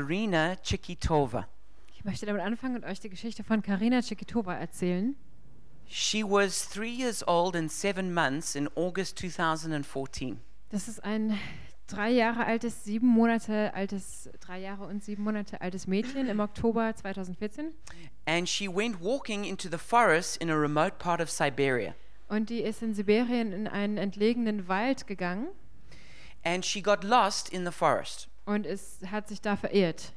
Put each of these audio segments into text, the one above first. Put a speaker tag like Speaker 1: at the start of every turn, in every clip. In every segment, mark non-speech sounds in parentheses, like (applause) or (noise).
Speaker 1: Karina Chikitova.
Speaker 2: Ich möchte damit anfangen und euch die Geschichte von Karina Chikitova erzählen.
Speaker 1: She was three years old and seven months in August 2014.
Speaker 2: Das ist ein drei Jahre altes, sieben Monate altes, drei Jahre und sieben Monate altes Mädchen im Oktober 2014.
Speaker 1: And she went walking into the forest in a remote part of Siberia.
Speaker 2: Und die ist in Sibirien in einen entlegenen Wald gegangen
Speaker 1: And she got lost in the forest.
Speaker 2: und ist, hat sich da verirrt.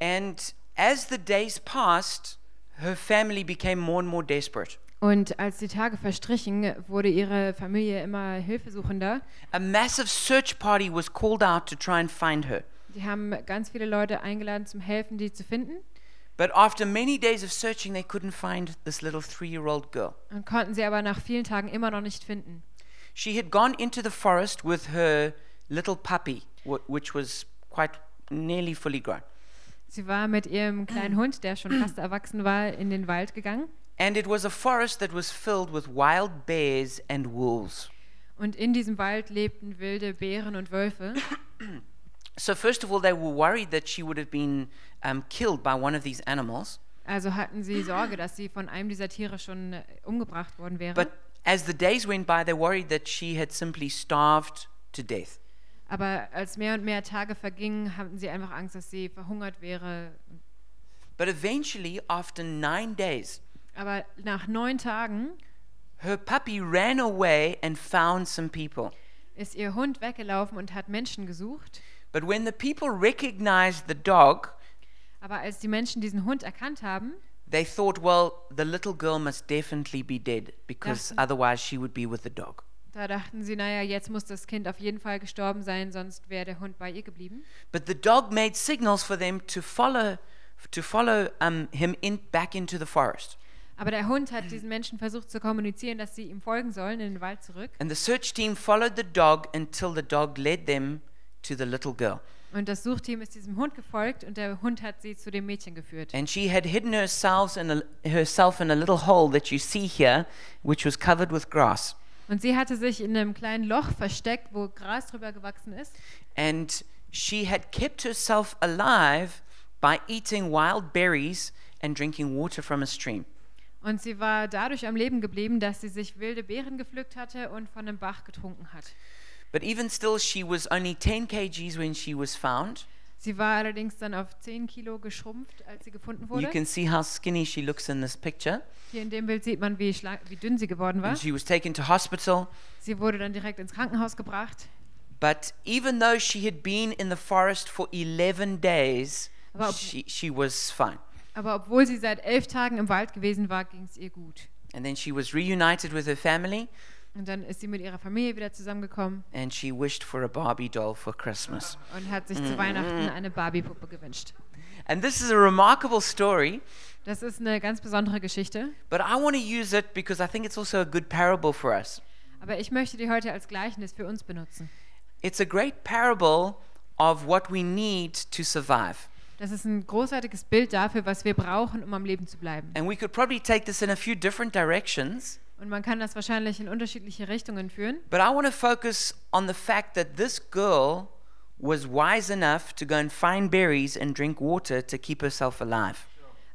Speaker 1: And as the days passed, her family became more and more desperate.
Speaker 2: Und als die Tage verstrichen, wurde ihre Familie immer hilfesuchender.
Speaker 1: A massive search party was called out to try and find her.
Speaker 2: Die haben ganz viele Leute eingeladen zum Helfen, die zu finden.
Speaker 1: But after many days of searching, they couldn't find this little three year old girl.
Speaker 2: Und konnten sie aber nach vielen Tagen immer noch nicht finden.
Speaker 1: She had gone into the forest with her little puppy, wh- which was quite nearly fully grown.
Speaker 2: Sie war mit ihrem kleinen Hund, der schon fast erwachsen war, in den Wald gegangen.
Speaker 1: And it was a forest that was filled with wild bears and wolves.
Speaker 2: Und in diesem Wald lebten wilde Bären und Wölfe.
Speaker 1: So, first of all, they were worried that she would have been um, killed by one of these animals.
Speaker 2: Also hatten sie Sorge, dass sie von einem dieser Tiere schon äh, umgebracht worden wäre.
Speaker 1: But as the days went by, they worried that she had simply starved to death.
Speaker 2: Aber als mehr und mehr Tage vergingen, hatten sie einfach Angst, dass sie verhungert wäre.
Speaker 1: But eventually, after nine days,
Speaker 2: Aber nach neun Tagen
Speaker 1: her puppy ran away and found some people.
Speaker 2: ist ihr Hund weggelaufen und hat Menschen gesucht.
Speaker 1: But when the people recognized the dog,
Speaker 2: Aber als die Menschen diesen Hund erkannt haben,
Speaker 1: they thought, well, the little girl must definitely be dead because
Speaker 2: That's-
Speaker 1: otherwise she would be with the dog.
Speaker 2: da dachten sie, naja, jetzt muss das Kind auf jeden Fall gestorben sein, sonst wäre der Hund bei ihr geblieben.
Speaker 1: But the dog made signals for them to follow, to follow um, him in, back into the forest.
Speaker 2: Aber der Hund hat diesen Menschen versucht zu kommunizieren, dass sie ihm folgen sollen in den Wald zurück.
Speaker 1: And the search team followed the dog until the dog led them to the little girl.
Speaker 2: Und das Suchteam ist diesem Hund gefolgt und der Hund hat sie zu dem Mädchen geführt.
Speaker 1: And she had hidden herself in a, herself in a little hole that you see here, which was covered with grass.
Speaker 2: Und sie hatte sich in einem kleinen Loch versteckt, wo Gras drüber gewachsen ist.
Speaker 1: And she had kept herself alive by eating wild berries and drinking water from a stream.
Speaker 2: Und sie war dadurch am Leben geblieben, dass sie sich wilde Beeren gepflückt hatte und von einem Bach getrunken hat.
Speaker 1: But even still, she was only 10 kgs when she was found.
Speaker 2: Sie war allerdings dann auf 10 Kilo geschrumpft, als sie gefunden
Speaker 1: You
Speaker 2: wurde.
Speaker 1: can see how skinny she looks in this picture.
Speaker 2: Hier in dem Bild sieht man, wie, schla- wie dünn sie geworden war.
Speaker 1: And she was taken to hospital.
Speaker 2: Sie wurde dann direkt ins Krankenhaus gebracht.
Speaker 1: But even though she had been in the forest for 11 days,
Speaker 2: Well-
Speaker 1: she, she was fine.
Speaker 2: Aber obwohl sie seit elf Tagen im Wald gewesen war, ging es ihr gut.
Speaker 1: And then she was reunited with her family
Speaker 2: Und dann ist sie mit ihrer Familie wieder zusammengekommen
Speaker 1: and she wished for a Barbie doll for Christmas.
Speaker 2: und hat sich zu Weihnachten eine Barbie-Puppe gewünscht.
Speaker 1: And this is a remarkable story,
Speaker 2: Das ist eine ganz besondere Geschichte.
Speaker 1: but I want to use it because I think it's also a good parable for us.
Speaker 2: Aber ich möchte die heute als Gleichnis für uns benutzen.
Speaker 1: It's a great parable of what we need to survive.
Speaker 2: Das ist ein großartiges Bild dafür, was wir brauchen, um am Leben zu bleiben.
Speaker 1: And we could probably take this in a few different directions,
Speaker 2: Und man kann das wahrscheinlich in unterschiedliche Richtungen führen.
Speaker 1: but I want to focus on the fact that this girl was wise enough to go and find berries and drink water to keep herself alive.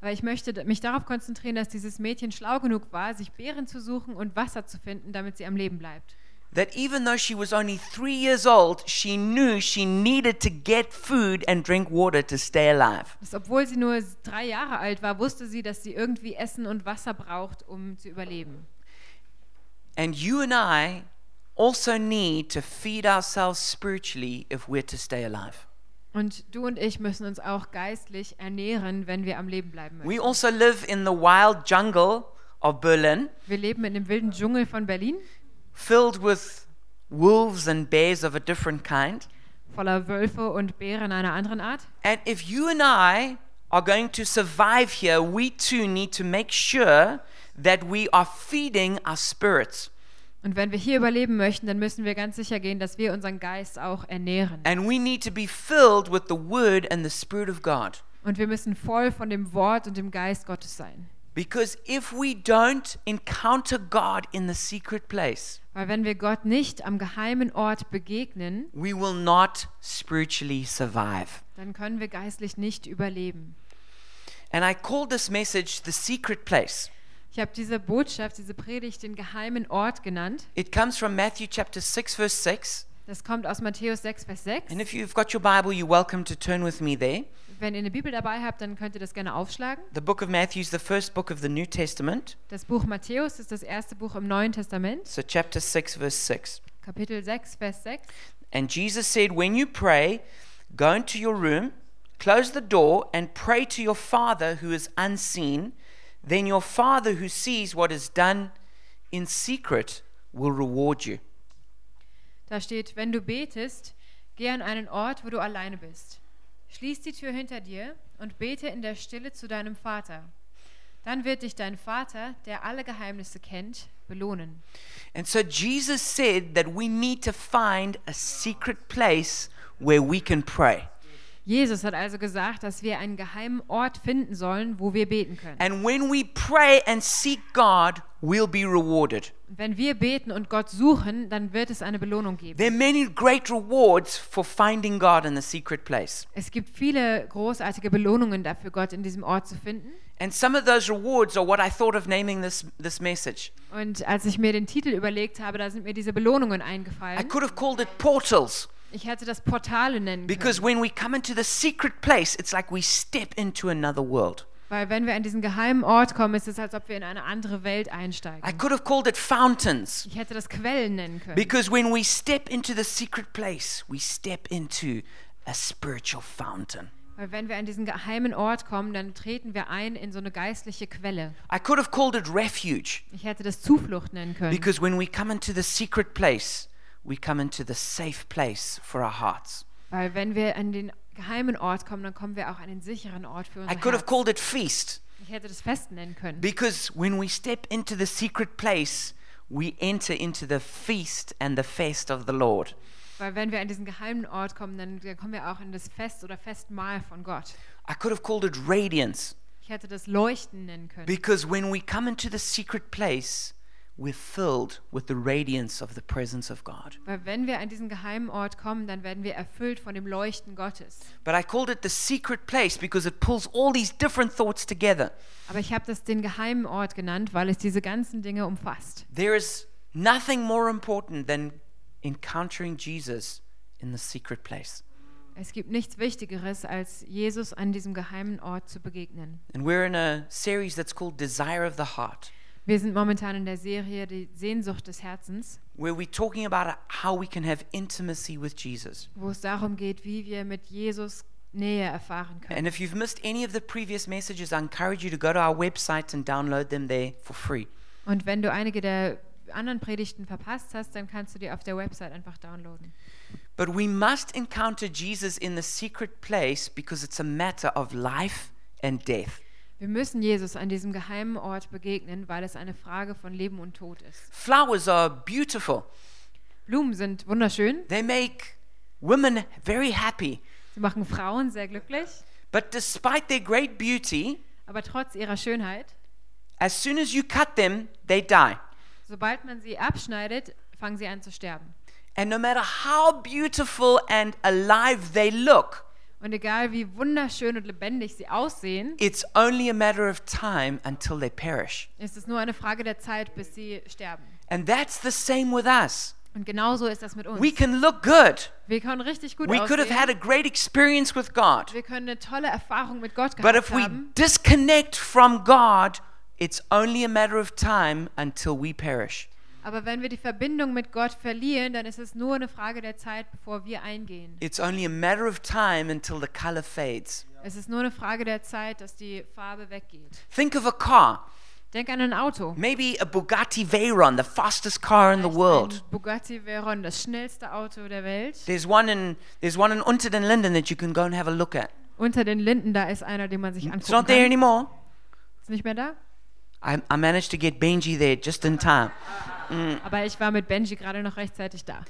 Speaker 2: Aber ich möchte d- mich darauf konzentrieren, dass dieses Mädchen schlau genug war, sich Beeren zu suchen und Wasser zu finden, damit sie am Leben bleibt.
Speaker 1: That even though she was only three years old, she knew she needed to get food and drink water to stay alive.
Speaker 2: Dass, obwohl sie nur s- drei Jahre alt war, wusste sie, dass sie irgendwie Essen und Wasser braucht, um zu überleben.
Speaker 1: And you and I also need to feed ourselves spiritually if we're to stay alive.
Speaker 2: Und du und ich müssen uns auch geistlich ernähren, wenn wir am Leben bleiben möchten.
Speaker 1: We also live in the wild jungle of Berlin,
Speaker 2: Wir leben in dem wilden Dschungel von Berlin,
Speaker 1: filled with wolves and bears of a different kind.
Speaker 2: voller Wölfe und Bären einer anderen Art.
Speaker 1: And if you and I are going to survive here, we too need to make sure that we are feeding our spirits.
Speaker 2: Und wenn wir hier überleben möchten, dann müssen wir ganz sicher gehen, dass wir unseren Geist auch ernähren.
Speaker 1: And we need to be filled with the Word and the Spirit of God.
Speaker 2: Und wir müssen voll von dem Wort und dem Geist Gottes sein.
Speaker 1: Because if we don't encounter God in the secret place,
Speaker 2: Weil wenn wir Gott nicht am geheimen Ort begegnen,
Speaker 1: we will not spiritually survive.
Speaker 2: dann können wir geistlich nicht überleben.
Speaker 1: And I call this message the secret place.
Speaker 2: Ich habe diese Botschaft, diese Predigt den geheimen Ort genannt.
Speaker 1: It comes from Matthew chapter 6 verse 6.
Speaker 2: Das kommt aus Matthäus 6, Vers 6.
Speaker 1: And if you've got your Bible, you're welcome to turn with me there.
Speaker 2: Wenn ihr eine Bibel dabei habt, dann könnt ihr das gerne aufschlagen.
Speaker 1: The book of Matthew is the first book of the New Testament.
Speaker 2: Das Buch Matthäus ist das erste Buch im Neuen Testament,
Speaker 1: So chapter 6 verse 6.
Speaker 2: Kapitel 6, Vers 6.
Speaker 1: And Jesus said, When you pray, go into your room, close the door, and pray to your Father who is unseen. Then your Father who sees what is done in secret will reward you.
Speaker 2: Da steht, wenn du betest, geh an einen Ort, wo du alleine bist. Schließ die Tür hinter dir und bete in der Stille zu deinem Vater. Dann wird dich dein Vater, der alle Geheimnisse kennt, belohnen.
Speaker 1: And so Jesus said that we need to find a secret place where we can pray.
Speaker 2: Jesus hat also gesagt, dass wir einen geheimen Ort finden sollen, wo wir beten können.
Speaker 1: And when we pray and seek God, we'll be rewarded.
Speaker 2: Wenn wir beten und Gott suchen, dann wird es eine Belohnung geben.
Speaker 1: There are many great rewards for finding God in the secret place.
Speaker 2: Es gibt viele großartige Belohnungen dafür, Gott in diesem Ort zu finden.
Speaker 1: And some of those rewards are what I thought of naming this, this message.
Speaker 2: Und als ich mir den Titel überlegt habe, da sind mir diese Belohnungen
Speaker 1: I
Speaker 2: eingefallen.
Speaker 1: could have called it portals
Speaker 2: Ich hätte das Portale nennen können,
Speaker 1: because when we come into the secret place, it's like we step into another world.
Speaker 2: weil wenn wir an diesen geheimen Ort kommen, ist es, als ob wir in eine andere Welt
Speaker 1: I
Speaker 2: einsteigen.
Speaker 1: could have called it fountains
Speaker 2: Ich hätte das Quellen nennen können,
Speaker 1: because when we step into the secret place, we step into a spiritual fountain.
Speaker 2: weil wenn wir an diesen geheimen Ort kommen, dann treten wir ein in so eine geistliche Quelle.
Speaker 1: I could have called it refuge
Speaker 2: Ich hätte das Zuflucht nennen können,
Speaker 1: because when we come into the secret place, we come into the safe place for our hearts.
Speaker 2: weil wenn wir an den geheimen Ort kommen, dann kommen wir auch an den sicheren Ort für
Speaker 1: I
Speaker 2: unser
Speaker 1: could have
Speaker 2: Herz.
Speaker 1: called it feast
Speaker 2: Ich hätte das Fest nennen können,
Speaker 1: because when we step into the secret place, we enter into the feast and the fest of the Lord.
Speaker 2: weil wenn wir an diesen geheimen Ort kommen, dann, dann kommen wir auch in das Fest oder Festmahl von Gott.
Speaker 1: I could have called it radiance
Speaker 2: Ich hätte das Leuchten nennen können.
Speaker 1: because when we come into the secret place, we're filled with the radiance of the presence of God.
Speaker 2: Weil wenn wir an diesen geheimen Ort kommen, dann werden wir erfüllt von dem Leuchten Gottes.
Speaker 1: But I called it the secret place because it pulls all these different thoughts together.
Speaker 2: Aber ich habe das den geheimen Ort genannt, weil es diese ganzen Dinge umfasst.
Speaker 1: There is nothing more important than encountering Jesus in the secret place.
Speaker 2: Es gibt nichts Wichtigeres, als Jesus an diesem geheimen Ort zu begegnen.
Speaker 1: And we're in a series that's called Desire of the Heart,
Speaker 2: Wir sind momentan in der Serie Die Sehnsucht des Herzens,
Speaker 1: where we're talking about how we can have intimacy with Jesus.
Speaker 2: wo es darum geht, wie wir mit Jesus Nähe erfahren können.
Speaker 1: And if you've missed any of the previous messages, I encourage you to go to our website and download them there for free.
Speaker 2: Und wenn du einige der anderen Predigten verpasst hast, dann kannst du die auf der Website einfach downloaden.
Speaker 1: But we must encounter Jesus in the secret place because it's a matter of life and death.
Speaker 2: Wir müssen Jesus an diesem geheimen Ort begegnen, weil es eine Frage von Leben und Tod ist.
Speaker 1: Flowers are beautiful,
Speaker 2: Blumen sind wunderschön.
Speaker 1: they make women very happy.
Speaker 2: Sie machen Frauen sehr glücklich.
Speaker 1: But despite their great beauty,
Speaker 2: Aber trotz ihrer Schönheit,
Speaker 1: as soon as you cut them, they die.
Speaker 2: sobald man sie abschneidet, fangen sie an zu sterben.
Speaker 1: And no matter how beautiful and alive they look,
Speaker 2: Und egal wie wunderschön und lebendig sie aussehen,
Speaker 1: it's only a matter of time until they perish.
Speaker 2: ist es nur eine Frage der Zeit, bis sie sterben.
Speaker 1: And that's the same with us.
Speaker 2: Und genauso ist das mit uns.
Speaker 1: We can look good.
Speaker 2: Wir können richtig gut
Speaker 1: We could have had
Speaker 2: aussehen.
Speaker 1: a great experience with God.
Speaker 2: Wir können eine tolle Erfahrung mit Gott
Speaker 1: But
Speaker 2: gehabt
Speaker 1: if we
Speaker 2: haben.
Speaker 1: disconnect from God, it's only a matter of time until we perish.
Speaker 2: Aber wenn wir die Verbindung mit Gott verlieren, dann ist es nur eine Frage der Zeit, bevor wir eingehen.
Speaker 1: It's only a matter of time until the color fades.
Speaker 2: Es ist nur eine Frage der Zeit, dass die Farbe weggeht.
Speaker 1: Think of a car,
Speaker 2: Denk an ein Auto.
Speaker 1: maybe a Bugatti Veyron, the fastest car in the world.
Speaker 2: Ein Bugatti Veyron, das schnellste Auto der Welt.
Speaker 1: There's one in there's one in Unterden Linden that you can go and have a look at.
Speaker 2: Unter den Linden, da ist einer, den man sich
Speaker 1: It's
Speaker 2: angucken
Speaker 1: not there
Speaker 2: kann.
Speaker 1: anymore.
Speaker 2: Ist nicht mehr da?
Speaker 1: I, I managed to get Benji there just in time.
Speaker 2: Aber ich war mit Benji gerade noch rechtzeitig da.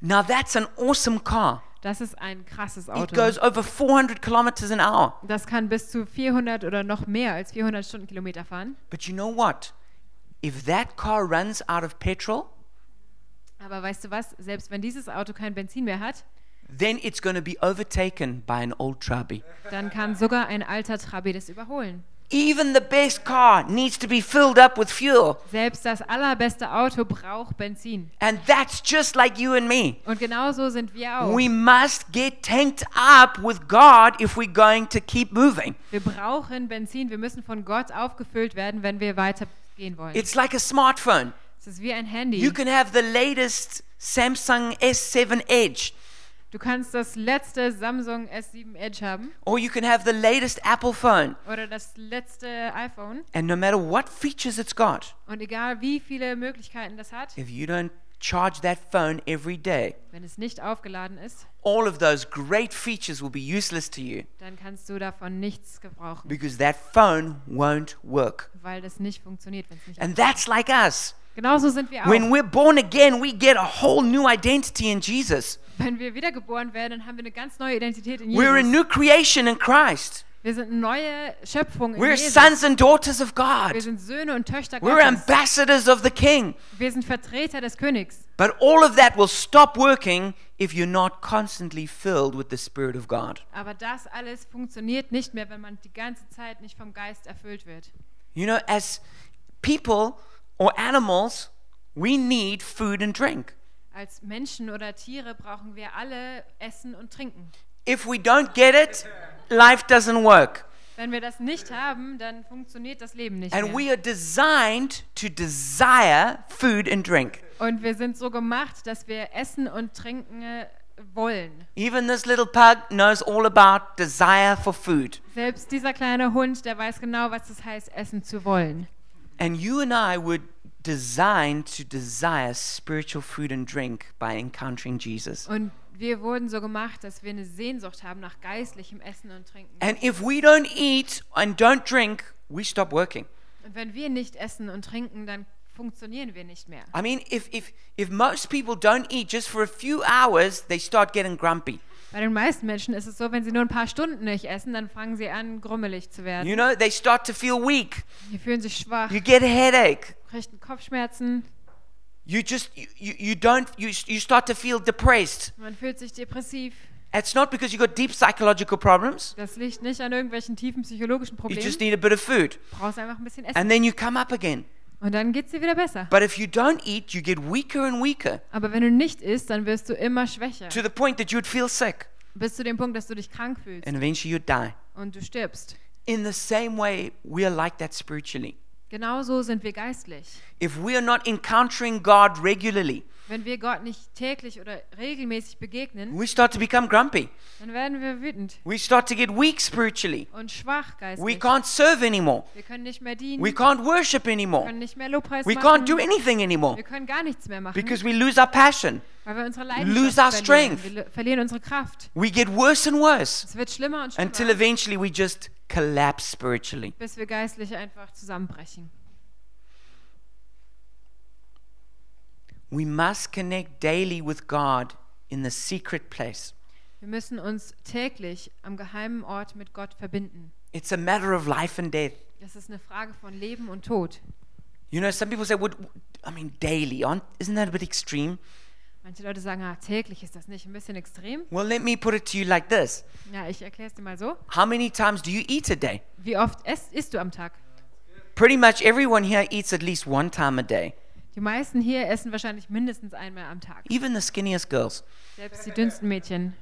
Speaker 1: Now that's an awesome car.
Speaker 2: Das ist ein krasses
Speaker 1: It
Speaker 2: Auto.
Speaker 1: goes over 400 kilometers an hour.
Speaker 2: Das kann bis zu 400 oder noch mehr als 400 Stundenkilometer fahren.
Speaker 1: But you know what? If that car runs out of petrol,
Speaker 2: Aber weißt du was? Selbst wenn dieses Auto kein Benzin mehr hat,
Speaker 1: then it's going to be overtaken by an old Trabi.
Speaker 2: dann kann sogar ein alter Trabi das überholen.
Speaker 1: Even the best car needs to be filled up with fuel.
Speaker 2: Selbst das allerbeste Auto braucht Benzin.
Speaker 1: And that's just like you and me.
Speaker 2: Und genauso sind wir auch.
Speaker 1: We must get tanked up with God if we're going to keep moving.
Speaker 2: Wir brauchen Benzin. Wir müssen von Gott aufgefüllt werden, wenn wir weitergehen wollen.
Speaker 1: It's like a smartphone.
Speaker 2: Es ist wie ein Handy.
Speaker 1: You can have the latest Samsung S7 Edge,
Speaker 2: Du kannst das letzte Samsung S7 Edge haben
Speaker 1: or you can have the latest Apple phone,
Speaker 2: oder das letzte iPhone.
Speaker 1: and no matter what features it's got,
Speaker 2: Und egal wie viele Möglichkeiten das hat,
Speaker 1: if you don't charge that phone every day,
Speaker 2: wenn es nicht aufgeladen ist,
Speaker 1: all of those great features will be useless to you
Speaker 2: dann kannst du davon nichts gebrauchen,
Speaker 1: because that phone won't work.
Speaker 2: weil das nicht funktioniert, wenn es nicht.
Speaker 1: And that's like us.
Speaker 2: Genauso sind wir
Speaker 1: When
Speaker 2: auch.
Speaker 1: we're born again, we get a whole new identity in Jesus.
Speaker 2: Wenn wir wiedergeboren werden, dann haben wir eine ganz neue Identität in
Speaker 1: We're a
Speaker 2: Jesus.
Speaker 1: new creation in Christ.
Speaker 2: Wir sind eine neue Schöpfung in
Speaker 1: We're
Speaker 2: Jesus.
Speaker 1: sons and daughters of
Speaker 2: Wir
Speaker 1: God.
Speaker 2: sind Söhne und Töchter
Speaker 1: We're
Speaker 2: Gottes.
Speaker 1: ambassadors of the King.
Speaker 2: Wir sind Vertreter des Königs.
Speaker 1: But all of that will stop working if you're not constantly filled with the Spirit of God.
Speaker 2: Aber das alles funktioniert nicht mehr, wenn man die ganze Zeit nicht vom Geist erfüllt wird.
Speaker 1: You know, as people or animals, we need food and drink.
Speaker 2: Als Menschen oder Tiere brauchen wir alle Essen und Trinken.
Speaker 1: If we don't get it, life doesn't work.
Speaker 2: Wenn wir das nicht haben, dann funktioniert das Leben nicht
Speaker 1: And
Speaker 2: mehr.
Speaker 1: we are designed to desire food and drink.
Speaker 2: Und wir sind so gemacht, dass wir Essen und Trinken äh, wollen.
Speaker 1: Even this little pug knows all about desire for food.
Speaker 2: Selbst dieser kleine Hund, der weiß genau, was es heißt, essen zu wollen.
Speaker 1: And you and I were designed to desire spiritual food and drink by encountering Jesus.
Speaker 2: Und wir wurden so gemacht, dass wir eine Sehnsucht haben nach geistlichem Essen und Trinken.
Speaker 1: And if we don't eat and don't drink, we stop working.
Speaker 2: Und wenn wir nicht essen und trinken, dann funktionieren wir nicht mehr.
Speaker 1: I mean, if, if, if most people don't eat just for a few hours, they start getting grumpy.
Speaker 2: Bei den meisten Menschen ist es so, wenn sie nur ein paar Stunden nicht essen, dann fangen sie an, grummelig zu werden.
Speaker 1: You know, they start to feel weak.
Speaker 2: Sie fühlen sich schwach,
Speaker 1: You get a headache.
Speaker 2: kriegen Kopfschmerzen,
Speaker 1: You just, you, you, you don't, you, you start to feel depressed.
Speaker 2: man fühlt sich depressiv.
Speaker 1: It's not because you've got deep psychological problems.
Speaker 2: Das liegt nicht an irgendwelchen tiefen psychologischen
Speaker 1: You
Speaker 2: Problemen.
Speaker 1: just need a bit of food.
Speaker 2: Du brauchst einfach ein bisschen Essen.
Speaker 1: And then you come up again.
Speaker 2: Und dann geht's dir wieder besser.
Speaker 1: But if you don't eat, you get weaker and weaker.
Speaker 2: Aber wenn du nicht isst, dann wirst du immer schwächer.
Speaker 1: to the point that you'd feel sick
Speaker 2: Bis zu dem Punkt, dass du dich krank fühlst
Speaker 1: and eventually you'd die.
Speaker 2: und du stirbst.
Speaker 1: In the same way, we are like that spiritually.
Speaker 2: Genauso sind wir geistlich.
Speaker 1: If we are not encountering God regularly,
Speaker 2: Wenn wir Gott nicht täglich oder regelmäßig begegnen,
Speaker 1: we start to become grumpy.
Speaker 2: dann werden wir wütend
Speaker 1: We start to get weak spiritually.
Speaker 2: und schwach
Speaker 1: We
Speaker 2: geistlich.
Speaker 1: can't serve anymore.
Speaker 2: Wir können nicht mehr dienen,
Speaker 1: We
Speaker 2: wir
Speaker 1: can't worship anymore.
Speaker 2: können nicht mehr Lobpreis
Speaker 1: We can't do
Speaker 2: machen,
Speaker 1: anything anymore
Speaker 2: wir können gar nichts mehr machen,
Speaker 1: because we lose our passion.
Speaker 2: weil wir unsere
Speaker 1: lose our
Speaker 2: Leidenschaft verlieren.
Speaker 1: strength.
Speaker 2: Wir lo- verlieren unsere Kraft.
Speaker 1: We get worse and worse
Speaker 2: Es wird schlimmer und
Speaker 1: until
Speaker 2: schlimmer,
Speaker 1: eventually we just collapse spiritually.
Speaker 2: bis wir geistlich einfach zusammenbrechen.
Speaker 1: We must connect daily with God in the secret place.
Speaker 2: Wir müssen uns täglich am geheimen Ort mit Gott verbinden.
Speaker 1: It's a matter of life and death.
Speaker 2: Das ist eine Frage von Leben und Tod.
Speaker 1: You know, some people say, "Would I mean daily? Aren't, isn't that a bit extreme?"
Speaker 2: Manche Leute sagen, ah, täglich ist das nicht ein bisschen extrem.
Speaker 1: Well, let me put it to you like this:
Speaker 2: Ja, ich erkläre es dir mal so.
Speaker 1: How many times do you eat a day?
Speaker 2: Wie oft isst, isst du am Tag?
Speaker 1: Pretty much everyone here eats at least one time a day,
Speaker 2: Die meisten hier essen wahrscheinlich mindestens einmal am Tag.
Speaker 1: even the skinniest girls.
Speaker 2: Selbst die dünnsten Mädchen.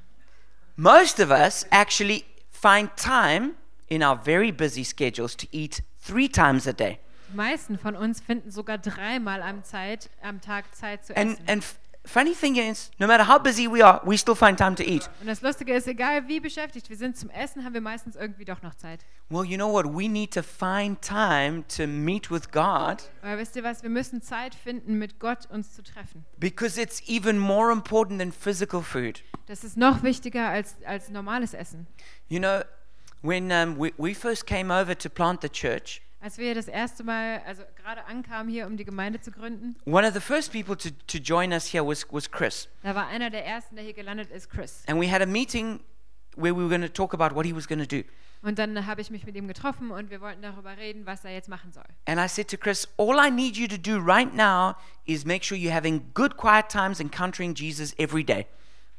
Speaker 1: Most of us actually find time in our very busy schedules to eat three times a day,
Speaker 2: Die meisten von uns finden sogar dreimal am, Zeit, am Tag Zeit zu
Speaker 1: and
Speaker 2: essen.
Speaker 1: and. F- Funny thing is, no matter how busy we are, we still find time to eat.
Speaker 2: Und das Lustige ist, egal wie beschäftigt wir sind zum Essen, haben wir meistens irgendwie doch noch Zeit.
Speaker 1: Well, you know what? We need to find time to meet with God
Speaker 2: Aber wisst ihr was, wir müssen Zeit finden, mit Gott uns zu treffen.
Speaker 1: because it's even more important than physical food.
Speaker 2: Das ist noch wichtiger als, als normales Essen.
Speaker 1: You know, when um, we, we first came over to plant the church,
Speaker 2: Als wir das erste Mal, also gerade ankamen hier, um die Gemeinde zu gründen,
Speaker 1: One of the first people to, to join us here was, was Chris.
Speaker 2: da war einer der ersten, der hier gelandet ist, Chris.
Speaker 1: And we had a meeting where we were going to talk about what he was going to do.
Speaker 2: Und dann habe ich mich mit ihm getroffen und wir wollten darüber reden, was er jetzt machen soll.
Speaker 1: And I said to Chris, all I need you to do right now is make sure you're having good quiet times encountering Jesus every day.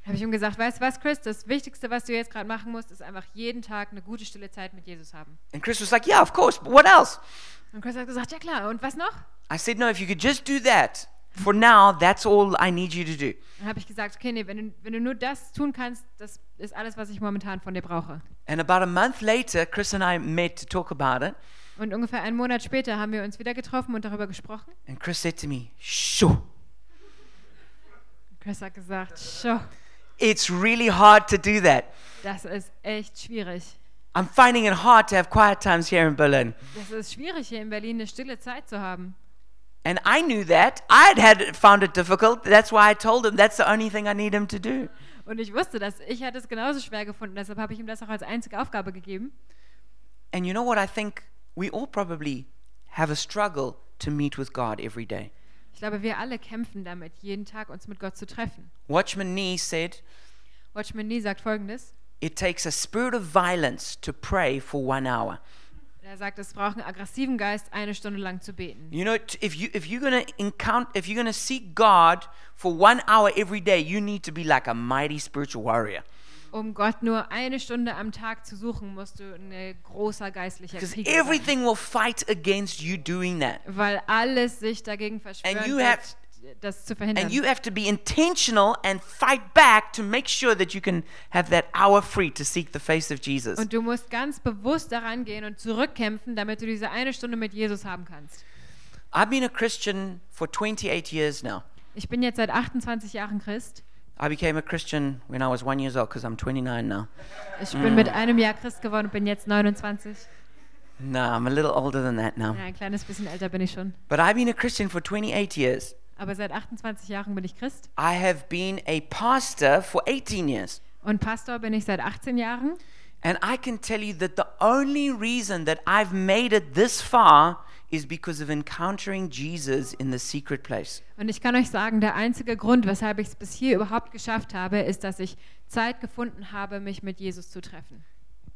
Speaker 2: Habe ich ihm gesagt, weißt du was, Chris, das Wichtigste, was du jetzt gerade machen musst, ist einfach jeden Tag eine gute stille Zeit mit Jesus haben.
Speaker 1: And Chris was like, yeah, of course, but what else?
Speaker 2: Und Chris hat gesagt, ja klar, und was noch?
Speaker 1: I said, no, if you could just do that for now, that's all I need you to do.
Speaker 2: Dann habe ich gesagt, okay, nee, wenn du, wenn du nur das tun kannst, das ist alles, was ich momentan von dir brauche.
Speaker 1: And about a month later, Chris and I met to talk about it.
Speaker 2: Und ungefähr einen Monat später haben wir uns wieder getroffen und darüber gesprochen.
Speaker 1: And Chris said to me, sure,
Speaker 2: Chris hat gesagt, "Scho,
Speaker 1: it's really hard to do that.
Speaker 2: das ist echt schwierig.
Speaker 1: I'm finding it hard to have quiet times here in Berlin.
Speaker 2: Das ist schwierig, hier in Berlin eine stille Zeit zu haben.
Speaker 1: And I knew that. I had found it difficult. That's why I told him that's the only thing I need him to do.
Speaker 2: Und ich wusste das. Ich hatte es genauso schwer gefunden, deshalb habe ich ihm das auch als einzige Aufgabe gegeben.
Speaker 1: And you know what? I think we all probably have a struggle to meet with God every day.
Speaker 2: Ich glaube, wir alle kämpfen damit, jeden Tag uns mit Gott zu treffen.
Speaker 1: Watchman Nee said,
Speaker 2: Watchman Nee sagt folgendes.
Speaker 1: It takes a spirit of violence to pray for one hour.
Speaker 2: Er sagt, es braucht einen aggressiven Geist, eine Stunde lang zu beten.
Speaker 1: You know, t- if you if you're gonna encounter, if you're gonna seek God for one hour every day, you need to be like a mighty spiritual warrior.
Speaker 2: Um Gott nur eine Stunde am Tag zu suchen, musst du ein großer geistlicher
Speaker 1: Because
Speaker 2: Krieger sein.
Speaker 1: everything will fight against you doing that.
Speaker 2: Weil alles sich dagegen
Speaker 1: And you
Speaker 2: verschwören wird, das zu verhindern.
Speaker 1: And you have to be intentional and fight back to make sure that you can have that hour free to seek the face of Jesus.
Speaker 2: Und du musst ganz bewusst daran gehen und zurückkämpfen, damit du diese eine Stunde mit Jesus haben kannst.
Speaker 1: I've been a Christian for 28 years now.
Speaker 2: Ich bin jetzt seit 28 Jahren Christ.
Speaker 1: I became a Christian when I was one years old because I'm 29 now.
Speaker 2: Ich bin mit einem Jahr Christ geworden und bin jetzt 29.
Speaker 1: No, I'm a little older than that now.
Speaker 2: Ja, ein kleines bisschen älter bin ich schon.
Speaker 1: But I've been a Christian for 28 years.
Speaker 2: Aber seit 28 Jahren bin ich Christ.
Speaker 1: I have been a pastor for 18 years.
Speaker 2: Und Pastor bin ich seit 18 Jahren.
Speaker 1: And I can tell you that the only reason that I've made it this far is because of encountering Jesus in the secret place.
Speaker 2: Und ich kann euch sagen, der einzige Grund, weshalb ich es bis hier überhaupt geschafft habe, ist, dass ich Zeit gefunden habe, mich mit Jesus zu treffen.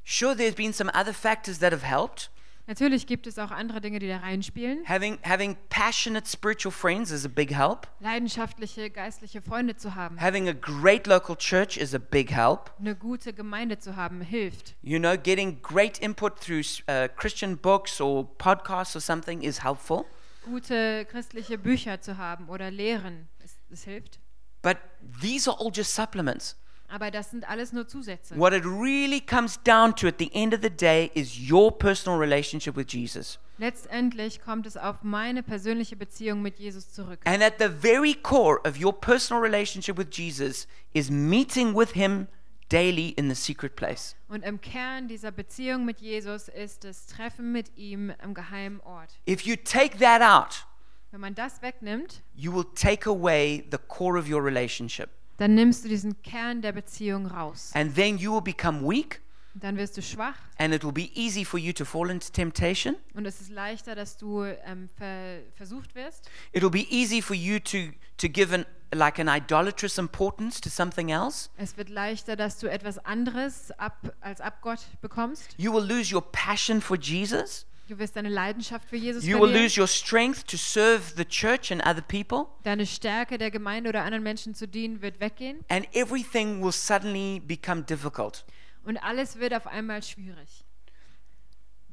Speaker 1: Sure, there's been some other factors that have helped.
Speaker 2: Natürlich gibt es auch andere Dinge, die da reinspielen.
Speaker 1: Having, having passionate spiritual friends is a big help.
Speaker 2: Leidenschaftliche, geistliche Freunde zu haben,
Speaker 1: Having a great local church is a big help.
Speaker 2: eine gute Gemeinde zu haben, hilft.
Speaker 1: You know, getting great input through uh, Christian books or podcasts or something is helpful.
Speaker 2: Gute christliche Bücher zu haben oder Lehren, es, es hilft.
Speaker 1: But these are all just supplements.
Speaker 2: Aber das sind alles nur Zusätze.
Speaker 1: What it really comes down to at the end of the day is your personal relationship with Jesus.
Speaker 2: Letztendlich kommt es auf meine persönliche Beziehung mit Jesus zurück.
Speaker 1: And at the very core of your personal relationship with Jesus is meeting with him daily in the secret place.
Speaker 2: Und im Kern dieser Beziehung mit Jesus ist das Treffen mit ihm am geheimen Ort.
Speaker 1: If you take that out,
Speaker 2: Wenn man das wegnimmt,
Speaker 1: you will take away the core of your relationship.
Speaker 2: dann nimmst du diesen Kern der Beziehung raus.
Speaker 1: And then you will become weak,
Speaker 2: Dann wirst du schwach
Speaker 1: and it will be easy for you to fall into temptation.
Speaker 2: und es ist leichter, dass du ähm, ver versucht wirst.
Speaker 1: It'll be easy for you to, to give an, like an idolatrous importance to something else.
Speaker 2: Es wird leichter, dass du etwas anderes ab als Abgott bekommst.
Speaker 1: You will lose your passion for Jesus.
Speaker 2: Du wirst deine Leidenschaft für Jesus
Speaker 1: You will
Speaker 2: verlieren,
Speaker 1: lose your strength to serve the church and other people,
Speaker 2: deine Stärke der Gemeinde oder anderen Menschen zu dienen wird weggehen
Speaker 1: and everything will suddenly become difficult.
Speaker 2: und alles wird auf einmal schwierig.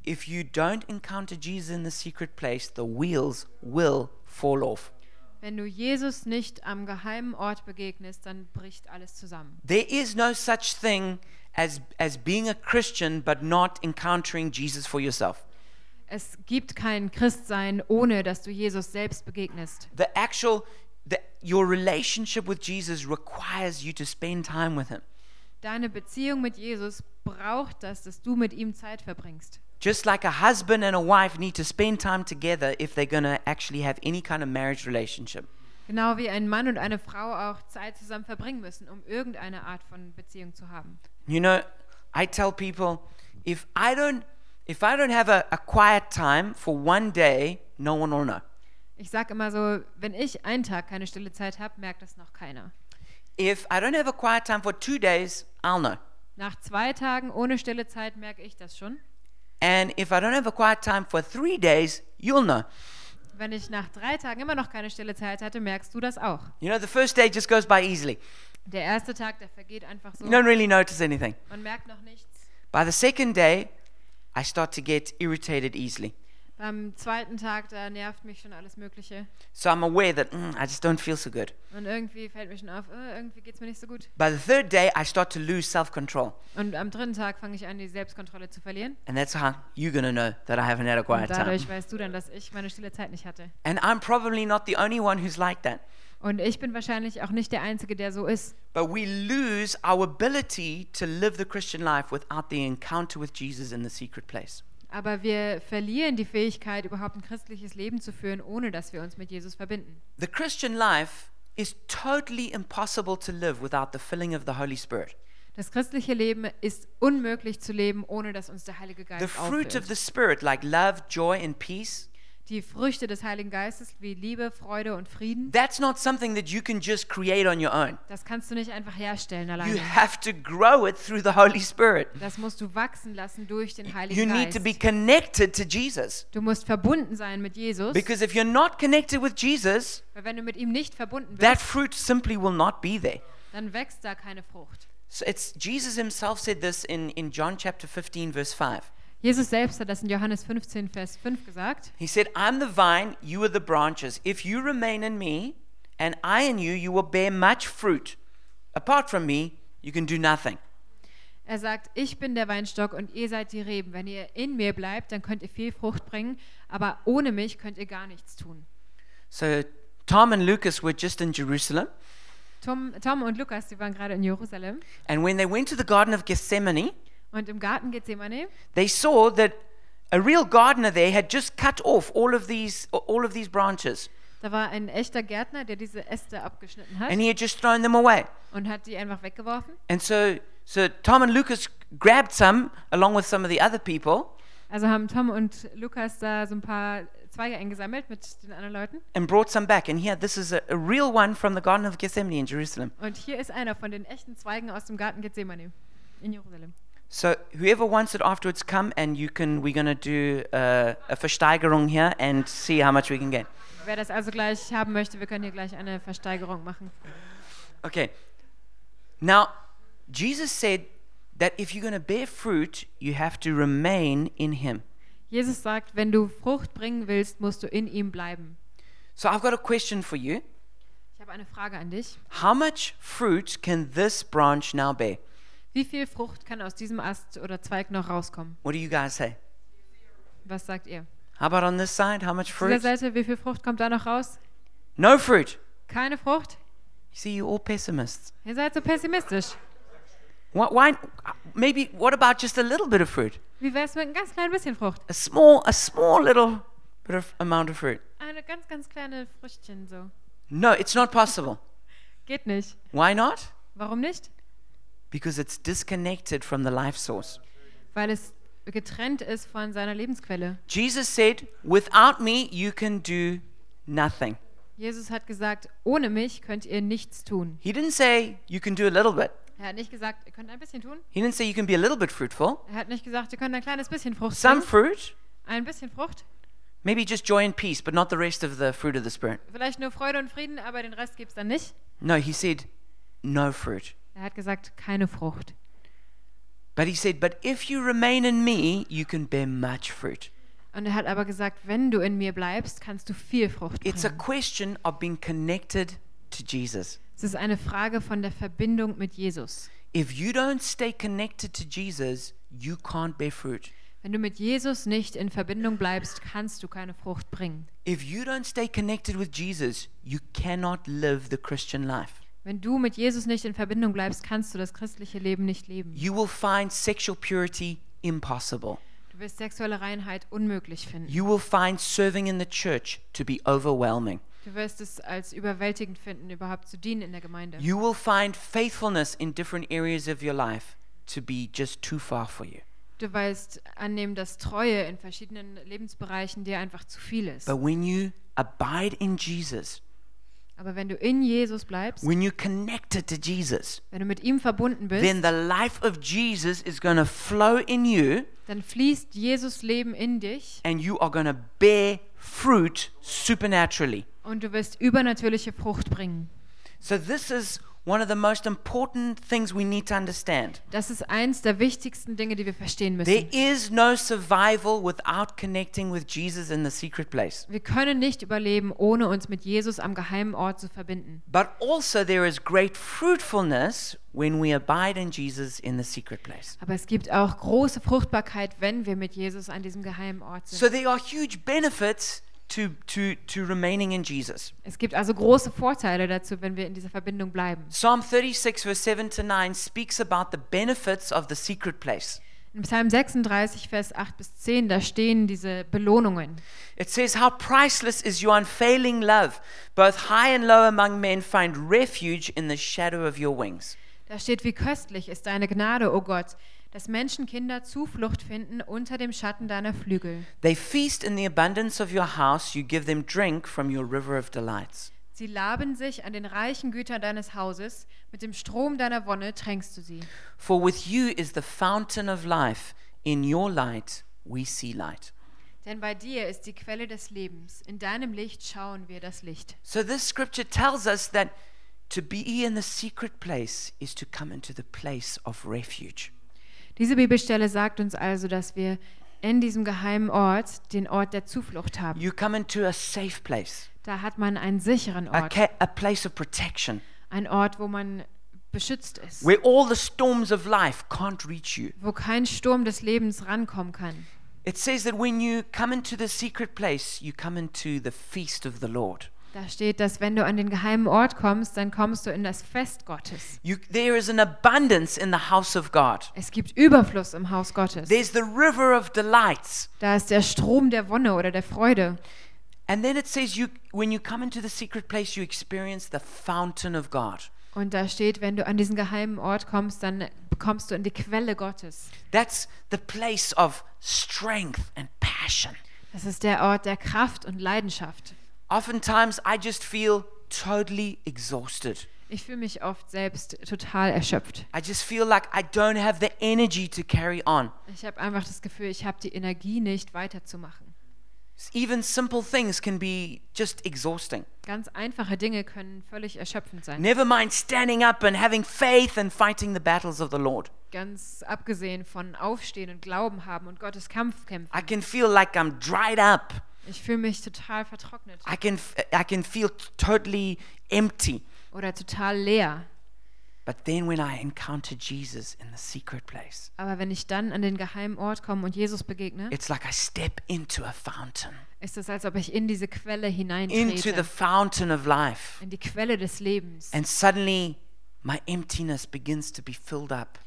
Speaker 1: If you don't encounter Jesus in the secret place, the wheels will fall off.
Speaker 2: Wenn du Jesus nicht am geheimen Ort begegnest, dann bricht alles zusammen.
Speaker 1: There is no such thing as, as being a Christian but not encountering Jesus for yourself.
Speaker 2: Es gibt kein Christsein, ohne dass du Jesus selbst begegnest.
Speaker 1: The actual, the, your relationship with Jesus requires you to spend time with him.
Speaker 2: Deine Beziehung mit Jesus braucht das, dass du mit ihm Zeit verbringst.
Speaker 1: Just like a husband and a wife need to spend time together if they're going to actually have any kind of marriage relationship.
Speaker 2: Genau wie ein Mann und eine Frau auch Zeit zusammen verbringen müssen, um irgendeine Art von Beziehung zu haben.
Speaker 1: You know, I tell people if I don't If I don't have a, a quiet time for one day, no one will know.
Speaker 2: Ich sage immer so, wenn ich einen Tag keine stille Zeit habe, merkt das noch keiner.
Speaker 1: If I don't have a quiet time for two days, I'll know.
Speaker 2: Nach zwei Tagen ohne stille Zeit merke ich das schon.
Speaker 1: And if I don't have a quiet time for three days, you'll know.
Speaker 2: Wenn ich nach drei Tagen immer noch keine stille Zeit hatte, merkst du das auch.
Speaker 1: You know, the first day just goes by easily.
Speaker 2: Der erste Tag, der vergeht einfach so.
Speaker 1: You don't really notice anything.
Speaker 2: Man merkt noch nichts.
Speaker 1: By the second day, I start to get irritated easily.
Speaker 2: Am zweiten Tag, da nervt mich schon alles Mögliche.
Speaker 1: So I'm aware that "Mm, I just don't feel so good.
Speaker 2: Und irgendwie fällt mir schon auf, äh, irgendwie geht's mir nicht so gut.
Speaker 1: By the third day, I start to lose self control.
Speaker 2: Und am dritten Tag fange ich an, die Selbstkontrolle zu verlieren.
Speaker 1: And that's how you're going to know that I haven't had a quiet
Speaker 2: Und
Speaker 1: time.
Speaker 2: dadurch weißt du dann, dass ich meine stille Zeit nicht hatte.
Speaker 1: And I'm probably not the only one who's like that.
Speaker 2: Und ich bin wahrscheinlich auch nicht der Einzige, der so ist.
Speaker 1: But we lose our ability to live the Christian life without the encounter with Jesus in the secret place.
Speaker 2: Aber wir verlieren die Fähigkeit, überhaupt ein christliches Leben zu führen, ohne dass wir uns mit Jesus verbinden.
Speaker 1: The Christian life is totally impossible to live without the filling of the Holy Spirit.
Speaker 2: Das christliche Leben ist unmöglich zu leben, ohne dass uns der Heilige
Speaker 1: The
Speaker 2: Geist
Speaker 1: fruit of
Speaker 2: auffüllt.
Speaker 1: the Spirit, like love, joy, and peace,
Speaker 2: Die Früchte des Heiligen Geistes wie Liebe, Freude und Frieden,
Speaker 1: that's not something that you can just create on your own.
Speaker 2: das kannst du nicht einfach herstellen
Speaker 1: You
Speaker 2: alleine.
Speaker 1: have to grow it through the Holy Spirit.
Speaker 2: Das musst du wachsen lassen durch den
Speaker 1: You
Speaker 2: Heiligen
Speaker 1: need to be
Speaker 2: Geist.
Speaker 1: connected to Jesus.
Speaker 2: Du musst verbunden sein mit Jesus,
Speaker 1: Because if you're not connected with Jesus,
Speaker 2: weil wenn du mit ihm nicht verbunden bist,
Speaker 1: that fruit simply will not be there.
Speaker 2: dann wächst da keine Frucht.
Speaker 1: So it's Jesus himself said this in, in John chapter 15, verse 5.
Speaker 2: Jesus selbst hat das in Johannes 15, Vers 5 gesagt.
Speaker 1: He said, I'm the vine, you are the branches. If you remain in me and I in you, you will bear much fruit. Apart from me, you can do nothing.
Speaker 2: Er sagt, ich bin der Weinstock und ihr seid die Reben. Wenn ihr in mir bleibt, dann könnt ihr viel Frucht bringen, aber ohne mich könnt ihr gar nichts tun.
Speaker 1: So Tom and Lucas were just in Jerusalem.
Speaker 2: Tom, Tom und Lukas, die waren gerade in Jerusalem
Speaker 1: And when they went to the Garden of Gethsemane,
Speaker 2: und im Garten Gethsemane,
Speaker 1: they saw that a real gardener there had just cut off all of these, all of these branches
Speaker 2: da war ein echter Gärtner, der diese Äste abgeschnitten hat
Speaker 1: and he had just thrown them away.
Speaker 2: und hat die einfach weggeworfen.
Speaker 1: And so, so Tom and Lucas grabbed some along with some of the other people
Speaker 2: Also haben Tom und Lukas da so ein paar Zweige eingesammelt mit den anderen Leuten.
Speaker 1: and brought some back. And here, this is a, a real one from the Garden of Gethsemane in Jerusalem.
Speaker 2: Und hier ist einer von den echten Zweigen aus dem Garten Gethsemane in Jerusalem.
Speaker 1: So whoever wants it afterwards, come and you can. We're gonna do uh, a Versteigerung here and see how much we can get.
Speaker 2: Wer das also gleich haben möchte, wir können hier gleich eine Versteigerung machen.
Speaker 1: Okay. Now, Jesus said that if you're gonna bear fruit, you have to remain in Him.
Speaker 2: Jesus sagt, wenn du Frucht bringen willst, musst du in ihm bleiben.
Speaker 1: So I've got a question for you.
Speaker 2: Ich habe eine Frage an dich.
Speaker 1: How much fruit can this branch now bear?
Speaker 2: Wie viel Frucht kann aus diesem Ast oder Zweig noch rauskommen?
Speaker 1: What do you guys say?
Speaker 2: Was sagt ihr?
Speaker 1: How about on this side? How much
Speaker 2: Zu der
Speaker 1: fruit?
Speaker 2: Seite, wie viel Frucht kommt da noch raus?
Speaker 1: No fruit.
Speaker 2: Keine Frucht?
Speaker 1: You see, you're all pessimists.
Speaker 2: Ihr seid so pessimistisch.
Speaker 1: Why? why maybe. What about just a little bit of fruit?
Speaker 2: Wie wär's mit ein ganz klein bisschen Frucht?
Speaker 1: A small, a small little bit of amount of fruit.
Speaker 2: Eine ganz, ganz kleine Früchtchen so.
Speaker 1: No, it's not possible.
Speaker 2: Geht nicht.
Speaker 1: Why not?
Speaker 2: Warum nicht?
Speaker 1: Because it's disconnected from the life source.
Speaker 2: Weil es getrennt ist von seiner Lebensquelle.
Speaker 1: Jesus said, Without me, you can do nothing.
Speaker 2: Jesus hat gesagt, ohne mich könnt ihr nichts tun.
Speaker 1: He didn't say you can do a little bit.
Speaker 2: Er hat nicht gesagt, ihr könnt ein bisschen tun.
Speaker 1: He didn't say you can be a little bit fruitful.
Speaker 2: Er hat nicht gesagt, ihr könnt ein kleines bisschen Frucht
Speaker 1: Some
Speaker 2: bringen.
Speaker 1: fruit,
Speaker 2: Ein bisschen Frucht.
Speaker 1: maybe just joy and peace, but not the rest of the fruit of the Spirit.
Speaker 2: Vielleicht nur Freude und Frieden, aber den Rest gibt's dann nicht.
Speaker 1: No, he said, No fruit.
Speaker 2: Er hat gesagt, keine Frucht.
Speaker 1: But he said, But if you remain in me, you can bear much fruit.
Speaker 2: Und er hat aber gesagt, wenn du in mir bleibst, kannst du viel Frucht
Speaker 1: It's a
Speaker 2: bringen.
Speaker 1: question of being connected to Jesus.
Speaker 2: Es ist eine Frage von der Verbindung mit Jesus.
Speaker 1: If you don't stay connected to Jesus, you can't bear fruit.
Speaker 2: Wenn du mit Jesus nicht in Verbindung bleibst, kannst du keine Frucht bringen.
Speaker 1: If you don't stay connected with Jesus, you cannot live the Christian life.
Speaker 2: Wenn du mit Jesus nicht in Verbindung bleibst, kannst du das christliche Leben nicht leben.
Speaker 1: You will find sexual purity impossible.
Speaker 2: Du wirst sexuelle Reinheit unmöglich finden.
Speaker 1: You will find serving in the church to be overwhelming.
Speaker 2: Du wirst es als überwältigend finden, überhaupt zu dienen in der Gemeinde.
Speaker 1: You will find faithfulness in different areas of your life to be just too far for you.
Speaker 2: Du weißt annehmen, dass Treue in verschiedenen Lebensbereichen dir einfach zu viel ist.
Speaker 1: But when you abide in Jesus,
Speaker 2: Aber wenn du in Jesus bleibst,
Speaker 1: when you're connected to Jesus,
Speaker 2: wenn du mit ihm verbunden
Speaker 1: then
Speaker 2: bist,
Speaker 1: the life of Jesus is going to flow in you
Speaker 2: dann fließt Jesus Leben in dich
Speaker 1: and you are going to bear fruit supernaturally.
Speaker 2: und du wirst übernatürliche Frucht bringen.
Speaker 1: So, this is one of the most important things we need to understand.
Speaker 2: Das ist eins der wichtigsten Dinge, die wir verstehen
Speaker 1: There
Speaker 2: müssen.
Speaker 1: is no survival without connecting with Jesus in the secret place.
Speaker 2: Wir können nicht überleben, ohne uns mit Jesus am geheimen Ort zu verbinden.
Speaker 1: But also, there is great fruitfulness when we abide in Jesus in the secret place.
Speaker 2: Aber es gibt auch große Fruchtbarkeit, wenn wir mit Jesus an diesem geheimen Ort sind.
Speaker 1: So, there are huge benefits to, to, to remaining in Jesus.
Speaker 2: Es gibt also große Vorteile dazu, wenn wir in dieser Verbindung bleiben.
Speaker 1: Psalm 36, verse 7 to 9, speaks about the benefits of the secret place.
Speaker 2: In Psalm 36, Vers 8 bis 10, da stehen diese Belohnungen.
Speaker 1: It says, How priceless is your unfailing love! Both high and low among men find refuge in the shadow of your wings.
Speaker 2: Da steht, wie köstlich ist deine Gnade, o Gott, dass Menschenkinder Zuflucht finden unter dem Schatten deiner Flügel.
Speaker 1: They feast in the abundance of your house, you give them drink from your river of delights.
Speaker 2: Sie laben sich an den reichen Gütern deines Hauses, mit dem Strom deiner Wonne tränkst du sie.
Speaker 1: For with you is the fountain of life, in your light we see light.
Speaker 2: Denn bei dir ist die Quelle des Lebens, in deinem Licht schauen wir das Licht.
Speaker 1: So, this scripture tells us that to be in the secret place is to come into the place of refuge.
Speaker 2: Diese Bibelstelle sagt uns also, dass wir in diesem geheimen Ort den Ort der Zuflucht haben.
Speaker 1: You come into a safe place,
Speaker 2: Da hat man einen sicheren
Speaker 1: a,
Speaker 2: Ort,
Speaker 1: ca- a place of protection,
Speaker 2: einen Ort, wo man beschützt ist,
Speaker 1: where all the storms of life can't reach you.
Speaker 2: wo kein Sturm des Lebens rankommen kann.
Speaker 1: It says that when you come into the secret place, you come into the feast of the Lord.
Speaker 2: Da steht, dass wenn du an den geheimen Ort kommst, dann kommst du in das Fest Gottes.
Speaker 1: You, there is an abundance in the house of God.
Speaker 2: Es gibt Überfluss im Haus Gottes.
Speaker 1: There's the river of delights.
Speaker 2: Da ist der Strom der Wonne oder der Freude.
Speaker 1: And then it says you when you come into the secret place, you experience the fountain of God.
Speaker 2: Und da steht, wenn du an diesen geheimen Ort kommst, dann bekommst du in die Quelle Gottes.
Speaker 1: That's the place of strength and passion.
Speaker 2: Das ist der Ort der Kraft und Leidenschaft.
Speaker 1: Oftentimes I just feel totally exhausted.
Speaker 2: Ich fühle mich oft selbst total erschöpft.
Speaker 1: I just feel like I don't have the energy to carry on.
Speaker 2: Ich habe einfach das Gefühl, ich habe die Energie nicht weiterzumachen.
Speaker 1: Even simple things can be just exhausting.
Speaker 2: Ganz einfache Dinge können völlig erschöpfend sein.
Speaker 1: Never mind standing up and having faith and fighting the battles of the Lord.
Speaker 2: Ganz abgesehen von Aufstehen und Glauben haben und Gottes Kampf kämpfen.
Speaker 1: I can feel like I'm dried up.
Speaker 2: Ich fühle mich total vertrocknet
Speaker 1: I can f- I can feel t- totally empty.
Speaker 2: oder total leer.
Speaker 1: But then when I encounter Jesus in the secret place,
Speaker 2: Aber wenn ich dann an den geheimen Ort komme und Jesus begegne,
Speaker 1: it's like I step into a fountain,
Speaker 2: ist es, als ob ich in diese Quelle
Speaker 1: into the
Speaker 2: hineintrete,
Speaker 1: fountain of life.
Speaker 2: in die Quelle des Lebens.
Speaker 1: And suddenly my emptiness begins to be filled up.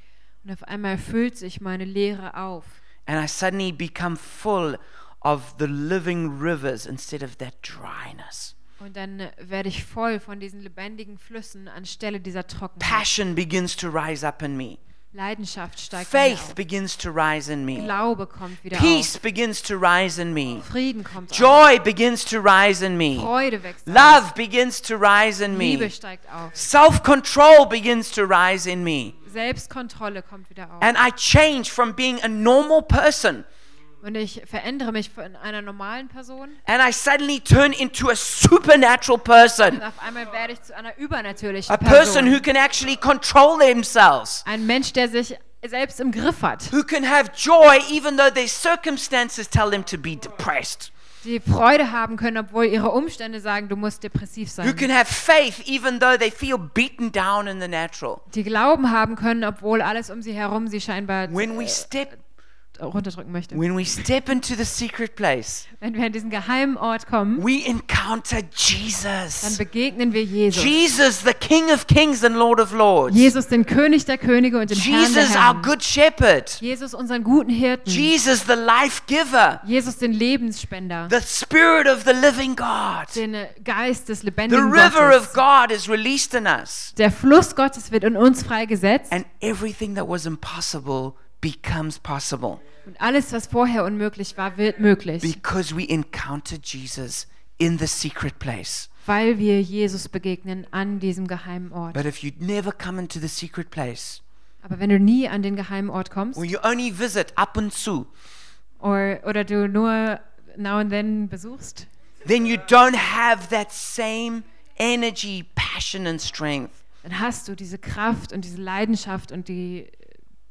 Speaker 2: Und auf einmal füllt sich meine Leere auf.
Speaker 1: And I suddenly become full of the living rivers instead of that dryness.
Speaker 2: Und dann äh, werde ich voll von diesen lebendigen Flüssen anstelle dieser Trockenheit.
Speaker 1: Passion begins to rise up in me.
Speaker 2: Leidenschaft steigt wieder
Speaker 1: Faith
Speaker 2: auf.
Speaker 1: begins to rise in me.
Speaker 2: Glaube kommt wieder
Speaker 1: Peace begins to rise in me.
Speaker 2: auf. Frieden kommt auf.
Speaker 1: Joy begins to rise in me.
Speaker 2: Freude wächst auf.
Speaker 1: Love begins to rise in
Speaker 2: Liebe
Speaker 1: me.
Speaker 2: steigt auf.
Speaker 1: Self control begins to rise in me.
Speaker 2: Selbstkontrolle kommt wieder auf.
Speaker 1: And I change from being a normal person
Speaker 2: Und ich verändere mich von einer normalen Person.
Speaker 1: and I suddenly turn into a supernatural person.
Speaker 2: Und auf einmal werde ich zu einer übernatürlichen
Speaker 1: A person who
Speaker 2: Person.
Speaker 1: can actually control themselves,
Speaker 2: Ein Mensch, der sich selbst im Griff hat.
Speaker 1: who can have joy even though their circumstances tell them to be depressed,
Speaker 2: Die Freude haben können, obwohl ihre Umstände sagen, du musst depressiv
Speaker 1: who
Speaker 2: sein.
Speaker 1: can have faith even though they feel beaten down in the natural.
Speaker 2: Die Glauben haben können, obwohl alles um sie herum sie scheinbar
Speaker 1: When we step
Speaker 2: runterdrücken möchte.
Speaker 1: when we step into the secret place,
Speaker 2: Wenn wir an diesen geheimen Ort kommen,
Speaker 1: we encounter
Speaker 2: dann
Speaker 1: Jesus.
Speaker 2: begegnen wir Jesus.
Speaker 1: Jesus, the King of Kings and Lord of Lords.
Speaker 2: Jesus, den König der Könige und den Herrn der
Speaker 1: Jesus, our
Speaker 2: Herren.
Speaker 1: good shepherd.
Speaker 2: Jesus, unseren guten Hirten.
Speaker 1: Jesus, the life giver.
Speaker 2: Jesus, den Lebensspender.
Speaker 1: The spirit of the living God.
Speaker 2: Den äh, Geist des
Speaker 1: The
Speaker 2: lebendigen
Speaker 1: river of
Speaker 2: Gottes.
Speaker 1: God is released in us.
Speaker 2: Der Fluss Gottes wird in uns freigesetzt
Speaker 1: And everything that was impossible becomes possible
Speaker 2: Und alles, was vorher unmöglich war, wird möglich,
Speaker 1: because we encounter Jesus in the secret place.
Speaker 2: weil wir Jesus begegnen an diesem geheimen Ort.
Speaker 1: But if you never come into the secret place,
Speaker 2: Aber wenn du nie an den geheimen Ort kommst
Speaker 1: or you only visit up and zu,
Speaker 2: or, oder du nur now and then besuchst,
Speaker 1: then you don't have that same energy, passion, and strength.
Speaker 2: dann hast du diese Kraft und diese Leidenschaft und die äh,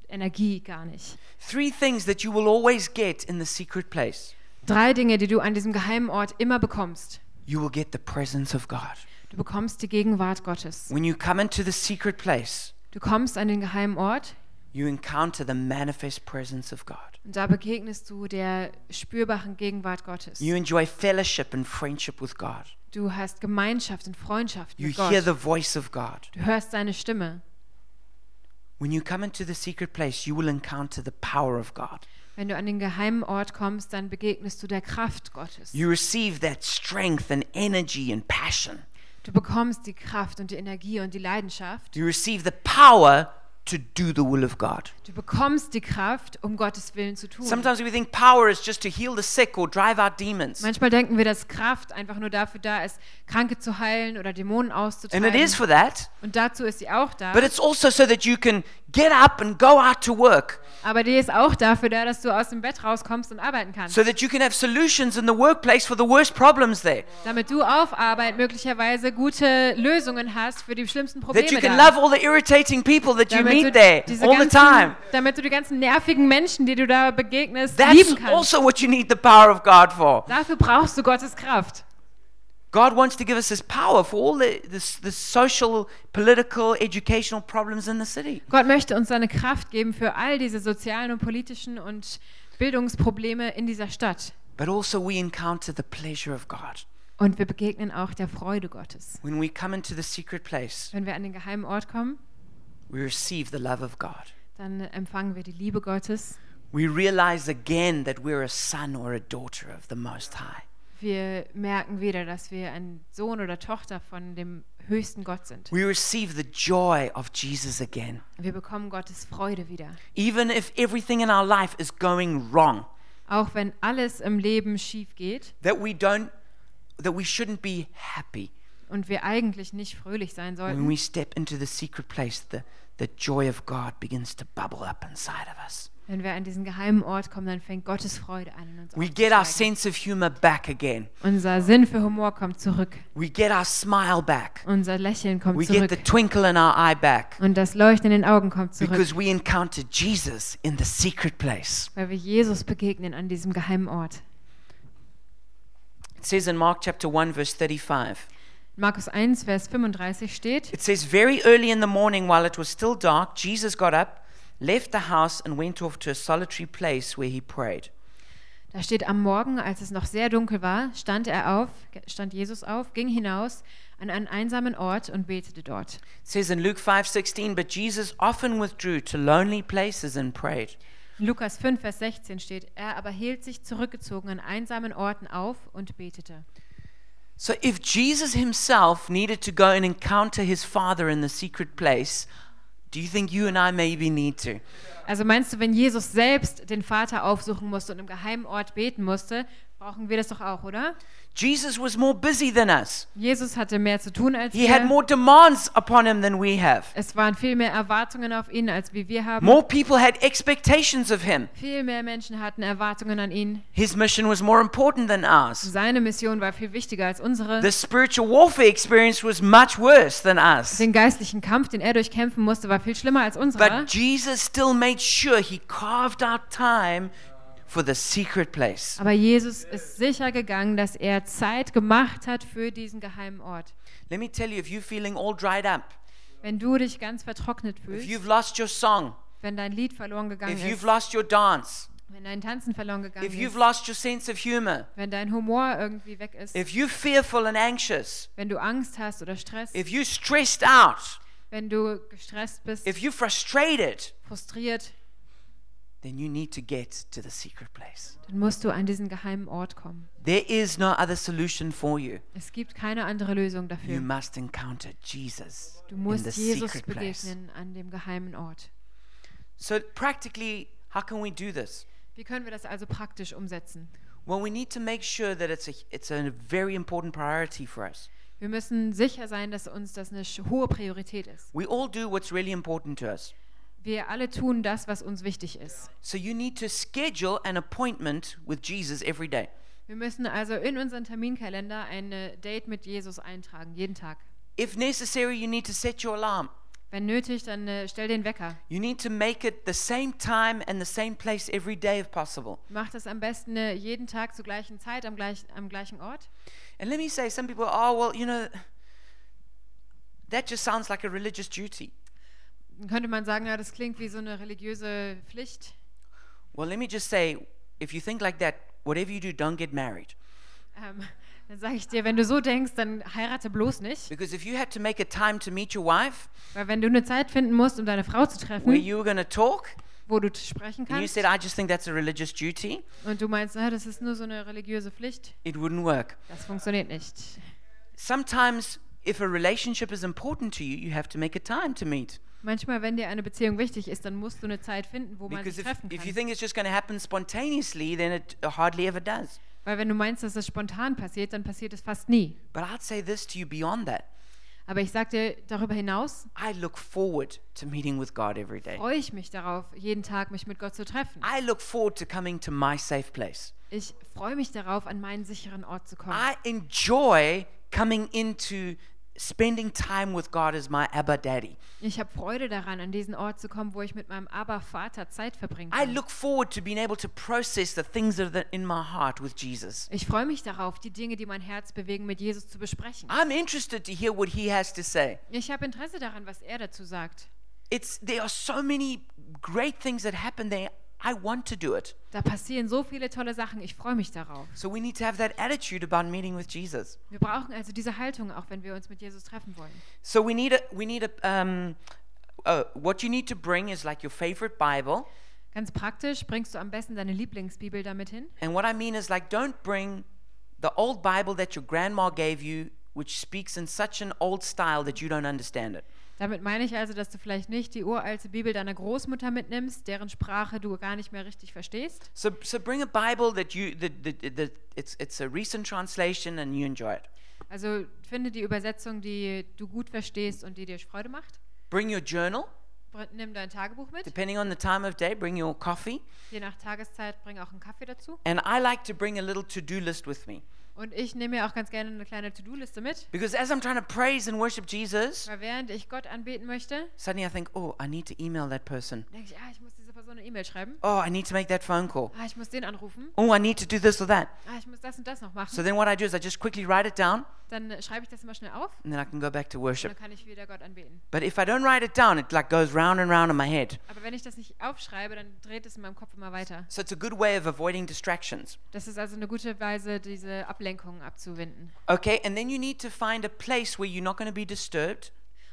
Speaker 2: Energie gar nicht.
Speaker 1: Three things that you will always get in the secret place
Speaker 2: Drei Dinge, die du an diesem geheimen Ort immer bekommst.
Speaker 1: you will get the presence of God.
Speaker 2: Du bekommst die Gegenwart Gottes.
Speaker 1: When you come into the secret place,
Speaker 2: Du kommst an den geheimen Ort
Speaker 1: you encounter the manifest presence of God.
Speaker 2: und da begegnest du der spürbaren Gegenwart Gottes.
Speaker 1: You enjoy fellowship and friendship with God.
Speaker 2: Du hast Gemeinschaft und Freundschaft
Speaker 1: You
Speaker 2: mit
Speaker 1: hear
Speaker 2: Gott.
Speaker 1: the voice of God.
Speaker 2: Du hörst seine Stimme.
Speaker 1: When you come into the secret place, you will encounter the power of God.
Speaker 2: Wenn du an den geheimen Ort kommst, dann begegnest du der Kraft Gottes.
Speaker 1: You receive that strength and energy and passion.
Speaker 2: Du bekommst die Kraft und die Energie und die Leidenschaft.
Speaker 1: You receive the power to do the will of God.
Speaker 2: Du bekommst die Kraft, um Gottes Willen zu tun.
Speaker 1: Sometimes we think power is just to heal the sick or drive out demons.
Speaker 2: Manchmal denken wir, dass Kraft einfach nur dafür da ist, Kranke zu heilen oder Dämonen
Speaker 1: And it is
Speaker 2: auszutreiben.
Speaker 1: for that,
Speaker 2: Und dazu ist sie auch da.
Speaker 1: but it's also so that you can get up and go out to work,
Speaker 2: Aber die ist auch dafür da, dass du aus dem Bett rauskommst und arbeiten kannst.
Speaker 1: so that you can have solutions in the workplace for the worst problems there,
Speaker 2: Damit du auf Arbeit möglicherweise gute Lösungen hast für die schlimmsten
Speaker 1: that you
Speaker 2: Probleme.
Speaker 1: can
Speaker 2: da.
Speaker 1: love all the irritating people that you
Speaker 2: Damit du,
Speaker 1: meet there
Speaker 2: diese
Speaker 1: all the
Speaker 2: ganzen,
Speaker 1: time.
Speaker 2: damit du die ganzen nervigen Menschen, die du da begegnest,
Speaker 1: That's
Speaker 2: lieben kannst.
Speaker 1: also what you need the power of God for.
Speaker 2: Dafür brauchst du Gottes Kraft.
Speaker 1: God wants to give us His power for all the, the, s- the social, political, educational problems in the city.
Speaker 2: Gott möchte uns seine Kraft geben für all diese sozialen und politischen und Bildungsprobleme in dieser Stadt.
Speaker 1: But also, we encounter the pleasure of God.
Speaker 2: Und wir begegnen auch der Freude Gottes.
Speaker 1: When we come into the secret place,
Speaker 2: Wenn wir an den geheimen Ort kommen,
Speaker 1: we receive the love of God.
Speaker 2: dann empfangen wir die Liebe Gottes.
Speaker 1: We realize again that we're a son or a daughter of the Most High.
Speaker 2: Wir merken wieder, dass wir ein Sohn oder Tochter von dem höchsten Gott sind.
Speaker 1: We receive the joy of Jesus again.
Speaker 2: Wir bekommen Gottes Freude wieder.
Speaker 1: Even if everything in our life is going wrong,
Speaker 2: Auch wenn alles im Leben schief geht
Speaker 1: that we don't that we shouldn't be happy.
Speaker 2: und wir eigentlich nicht fröhlich
Speaker 1: When
Speaker 2: sein sollten,
Speaker 1: we step into the secret place, the, the joy of God begins to bubble up inside of us.
Speaker 2: wenn wir an diesen geheimen Ort kommen, dann fängt Gottes Freude an in uns
Speaker 1: We get our
Speaker 2: aufzusteigen.
Speaker 1: sense of humor back again.
Speaker 2: Unser Sinn für Humor kommt zurück.
Speaker 1: We get our smile back.
Speaker 2: Unser Lächeln kommt
Speaker 1: We get the
Speaker 2: zurück.
Speaker 1: twinkle in our eye back
Speaker 2: Und das Leuchten in den Augen kommt zurück,
Speaker 1: because we encounter Jesus in the secret place.
Speaker 2: weil wir Jesus begegnen an diesem geheimen Ort.
Speaker 1: It says in Mark chapter 1 verse 35.
Speaker 2: In Markus 1, Vers 35 steht,
Speaker 1: It says, Very early in the morning, while it was still dark, Jesus got up, left the house, and went off to a solitary place where he prayed.
Speaker 2: da steht am Morgen, als es noch sehr dunkel war, stand er auf, stand Jesus auf, ging hinaus an einen einsamen Ort und betete dort.
Speaker 1: It says in Luke 5:16, But Jesus often withdrew to lonely places and prayed.
Speaker 2: In Lukas 5, Vers 16 steht, er aber hielt sich zurückgezogen an einsamen Orten auf und betete.
Speaker 1: So if Jesus himself needed to go and encounter his Father in the secret place, do you think you and I maybe need to?
Speaker 2: Also meinst du, wenn Jesus selbst den Vater aufsuchen musste und im geheimen Ort beten musste, brauchen wir das doch auch, oder?
Speaker 1: Jesus was more busy than us.
Speaker 2: Jesus hatte mehr zu tun als
Speaker 1: He had
Speaker 2: wir.
Speaker 1: more demands upon him than we have.
Speaker 2: Es waren viel mehr Erwartungen auf ihn, als wie wir haben.
Speaker 1: More people had expectations of him.
Speaker 2: Viel mehr Menschen hatten Erwartungen an ihn.
Speaker 1: His mission was more important than ours.
Speaker 2: Seine Mission war viel wichtiger als unsere.
Speaker 1: The spiritual warfare experience was much worse than us.
Speaker 2: Den geistlichen Kampf, den er durchkämpfen musste, war viel schlimmer als unserer.
Speaker 1: But Jesus still made sure he carved out time for the secret place.
Speaker 2: Aber Jesus ist sicher gegangen, dass er Zeit gemacht hat für diesen geheimen Ort.
Speaker 1: Let me tell you if you're feeling all dried up,
Speaker 2: Wenn du dich ganz vertrocknet
Speaker 1: if
Speaker 2: fühlst,
Speaker 1: you've lost your song,
Speaker 2: wenn dein Lied verloren gegangen
Speaker 1: if you've
Speaker 2: ist,
Speaker 1: lost your dance,
Speaker 2: wenn dein Tanzen verloren gegangen
Speaker 1: if you've
Speaker 2: ist,
Speaker 1: lost your sense of humor,
Speaker 2: wenn dein Humor irgendwie weg ist,
Speaker 1: if you're fearful and anxious,
Speaker 2: wenn du Angst hast oder Stress,
Speaker 1: if you're stressed out,
Speaker 2: wenn du gestresst bist,
Speaker 1: if you're frustrated,
Speaker 2: frustriert,
Speaker 1: then you need to get to the secret place.
Speaker 2: dann musst du an diesen geheimen Ort kommen.
Speaker 1: There is no other solution for you.
Speaker 2: Es gibt keine andere Lösung
Speaker 1: You
Speaker 2: dafür.
Speaker 1: must encounter Jesus
Speaker 2: Hmm. Du
Speaker 1: in the
Speaker 2: musst Jesus
Speaker 1: secret place.
Speaker 2: begegnen an dem geheimen Ort.
Speaker 1: So practically, How can we do this?
Speaker 2: Wie können wir das also praktisch umsetzen?
Speaker 1: Well, we need to make sure that it's a, it's a very important priority for us.
Speaker 2: Wir müssen sicher sein, dass uns das eine sch- hohe Priorität ist.
Speaker 1: We all do what's really important to us.
Speaker 2: Wir alle tun das, was uns wichtig ist.
Speaker 1: So you need to schedule an appointment with Jesus every day.
Speaker 2: Wir müssen also in unseren Terminkalender ein äh, Date mit Jesus eintragen, jeden Tag.
Speaker 1: If necessary, you need to set your alarm.
Speaker 2: Wenn nötig, dann äh, stell den Wecker.
Speaker 1: You need to make it the same time and the same place every day if possible.
Speaker 2: Mach das am besten äh, jeden Tag zur gleichen Zeit, am, gleich, am gleichen Ort.
Speaker 1: And let me say, some people, oh, well, you know, that just sounds like a religious duty.
Speaker 2: Dann könnte man sagen, ja, das klingt wie so eine religiöse Pflicht.
Speaker 1: Well, let me just say, if you think like that, whatever you do, don't get married.
Speaker 2: Ähm, dann sage ich dir, wenn du so denkst, dann heirate bloß nicht.
Speaker 1: Because if you had to make a time to meet your wife
Speaker 2: Weil wenn du eine Zeit finden musst, um deine Frau zu
Speaker 1: where
Speaker 2: treffen,
Speaker 1: you were going to talk,
Speaker 2: wo du t- sprechen
Speaker 1: and you
Speaker 2: kannst,
Speaker 1: said, I just think that's a religious duty,
Speaker 2: und du meinst, na, das ist nur so eine religiöse Pflicht,
Speaker 1: it wouldn't work.
Speaker 2: das funktioniert nicht.
Speaker 1: Sometimes, if a relationship is important to you, you have to make a time to meet.
Speaker 2: Manchmal, wenn dir eine Beziehung wichtig ist, dann musst du eine Zeit finden, wo man
Speaker 1: Because
Speaker 2: sich
Speaker 1: if,
Speaker 2: treffen
Speaker 1: if you
Speaker 2: kann.
Speaker 1: think it's just going to happen spontaneously, then it hardly ever does.
Speaker 2: Weil wenn du meinst, dass es spontan passiert, dann passiert es fast nie.
Speaker 1: But I'd say this to you beyond that.
Speaker 2: Aber ich sag dir, darüber hinaus
Speaker 1: I look forward to meeting with God every day.
Speaker 2: freue ich mich darauf, jeden Tag mich mit Gott zu treffen.
Speaker 1: I look forward to coming to my safe place.
Speaker 2: Ich freue mich darauf, an meinen sicheren Ort zu kommen.
Speaker 1: I enjoy coming into spending time with God as my Abba Daddy.
Speaker 2: Ich habe Freude daran, an diesen Ort zu kommen, wo ich mit meinem Aber-Vater Zeit verbringen
Speaker 1: I
Speaker 2: kann.
Speaker 1: look forward to being able to process the things that are in my heart with Jesus.
Speaker 2: Ich freue mich darauf, die Dinge, die mein Herz bewegen, mit Jesus zu besprechen.
Speaker 1: I'm interested to hear what he has to say.
Speaker 2: Ich habe Interesse daran, was er dazu sagt.
Speaker 1: It's there are so many great things that happen there. I want to do it.
Speaker 2: Da passieren so viele tolle Sachen. Ich freue mich darauf.
Speaker 1: So we need to have that attitude about meeting with Jesus.
Speaker 2: Wir brauchen also diese Haltung, auch wenn wir uns mit Jesus treffen wollen.
Speaker 1: So we need a we need a um uh, what you need to bring is like your favorite Bible.
Speaker 2: Ganz praktisch bringst du am besten deine Lieblingsbibel damit hin.
Speaker 1: And what I mean is, like, don't bring the old Bible that your grandma gave you, which speaks in such an old style that you don't understand it.
Speaker 2: Damit meine ich also, dass du vielleicht nicht die uralte Bibel deiner Großmutter mitnimmst, deren Sprache du gar nicht mehr richtig verstehst.
Speaker 1: So, so bring a Bible that you that, that, that- that it's it's a recent translation and you enjoy it.
Speaker 2: Also finde die Übersetzung, die du gut verstehst und die dir Freude macht.
Speaker 1: Bring your journal,
Speaker 2: Br- Nimm dein Tagebuch mit.
Speaker 1: depending on the time of day. Bring your coffee,
Speaker 2: Je nach Tageszeit bring auch einen Kaffee dazu.
Speaker 1: and I like to bring a little to-do list with me
Speaker 2: Und ich nehme mir auch ganz gerne eine kleine To-Do-Liste mit.
Speaker 1: because as I'm trying to praise and worship Jesus,
Speaker 2: Weil während ich Gott anbeten möchte,
Speaker 1: suddenly I think, oh, I need to email that person.
Speaker 2: denke ich, ah, ich muss dieser Person eine E-Mail schreiben.
Speaker 1: Oh, I need to make that phone call.
Speaker 2: Ah, ich muss den anrufen.
Speaker 1: Oh, I need to do this or that.
Speaker 2: Ah, ich muss das und das noch
Speaker 1: So
Speaker 2: machen.
Speaker 1: then what I do is I just quickly write it down,
Speaker 2: Dann äh, schreibe ich das immer schnell auf
Speaker 1: and then I can go back to
Speaker 2: und
Speaker 1: worship.
Speaker 2: dann kann ich wieder Gott anbeten.
Speaker 1: But if I don't write it down, it like goes round and round in my head.
Speaker 2: Aber wenn ich das nicht aufschreibe, dann dreht es in meinem Kopf immer weiter.
Speaker 1: So it's a good way of avoiding distractions.
Speaker 2: Das ist also eine gute Weise, diese Ablenkungen abzuwenden.
Speaker 1: Okay, and then you need to find a place where you're not going to be disturbed.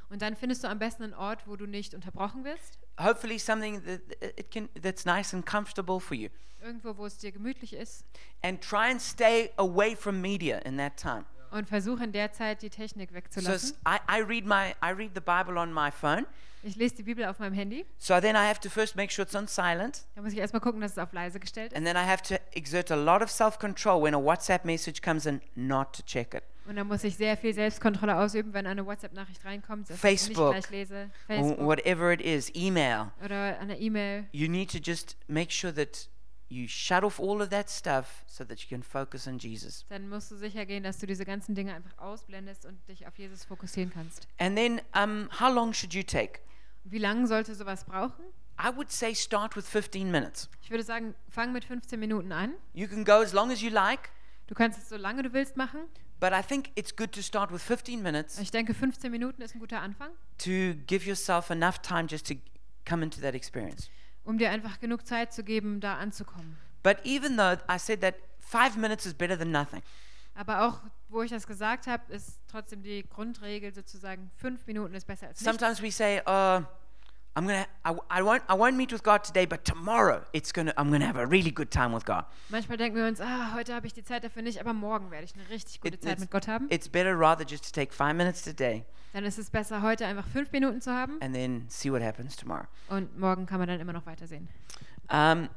Speaker 2: Und dann findest du am besten einen Ort, wo du nicht unterbrochen wirst.
Speaker 1: Hopefully, something that it can that's nice and comfortable for you.
Speaker 2: Irgendwo, wo es dir gemütlich ist.
Speaker 1: And try and stay away from media in that time.
Speaker 2: Und versuch in der Zeit, die Technik
Speaker 1: So s-
Speaker 2: wegzulassen.
Speaker 1: I, I read my I read the Bible on my phone.
Speaker 2: Ich lese die Bibel auf meinem Handy.
Speaker 1: So then I have to first make sure it's on silent,
Speaker 2: Da muss ich erstmal gucken, dass es auf leise gestellt ist.
Speaker 1: and then I have to exert a lot of self-control when a WhatsApp message comes in, not to check it,
Speaker 2: Und dann muss ich sehr viel Selbstkontrolle ausüben, wenn eine WhatsApp-Nachricht reinkommt, dass ich nicht
Speaker 1: Facebook.
Speaker 2: gleich lese.
Speaker 1: or
Speaker 2: Facebook
Speaker 1: whatever it is, email.
Speaker 2: oder eine E-Mail.
Speaker 1: you need to just make sure that you shut off all of that stuff so that you can focus on Jesus.
Speaker 2: Dann musst du sicher gehen, dass du diese ganzen Dinge einfach ausblendest und dich auf Jesus fokussieren kannst.
Speaker 1: And then, um, how long should you take?
Speaker 2: Wie lange sollte sowas brauchen?
Speaker 1: I would say start with 15 minutes.
Speaker 2: Ich würde sagen, fang mit 15 Minuten an.
Speaker 1: You can go as long as you like,
Speaker 2: Du kannst es so lange du willst machen.
Speaker 1: but I think it's good to start with 15 minutes
Speaker 2: Ich denke, 15 Minuten ist ein guter Anfang,
Speaker 1: to give yourself enough time just to come into that experience.
Speaker 2: um dir einfach genug Zeit zu geben, da anzukommen.
Speaker 1: But even though I said that five minutes is better than nothing,
Speaker 2: Aber auch, wo ich das gesagt habe, ist trotzdem die Grundregel sozusagen, fünf Minuten ist besser als nichts.
Speaker 1: sometimes we say, uh, I'm gonna, I, I won't, I won't meet with God today, but tomorrow it's gonna, I'm gonna have a really good time with God.
Speaker 2: Manchmal denken wir uns, ah, heute habe ich die Zeit dafür nicht, aber morgen werde ich eine richtig gute
Speaker 1: It-
Speaker 2: Zeit
Speaker 1: it's-
Speaker 2: mit Gott haben.
Speaker 1: It's better rather just to take five minutes today
Speaker 2: Dann ist es besser, heute einfach fünf Minuten zu haben
Speaker 1: and then see what happens tomorrow.
Speaker 2: und morgen kann man dann immer noch weitersehen.
Speaker 1: Um,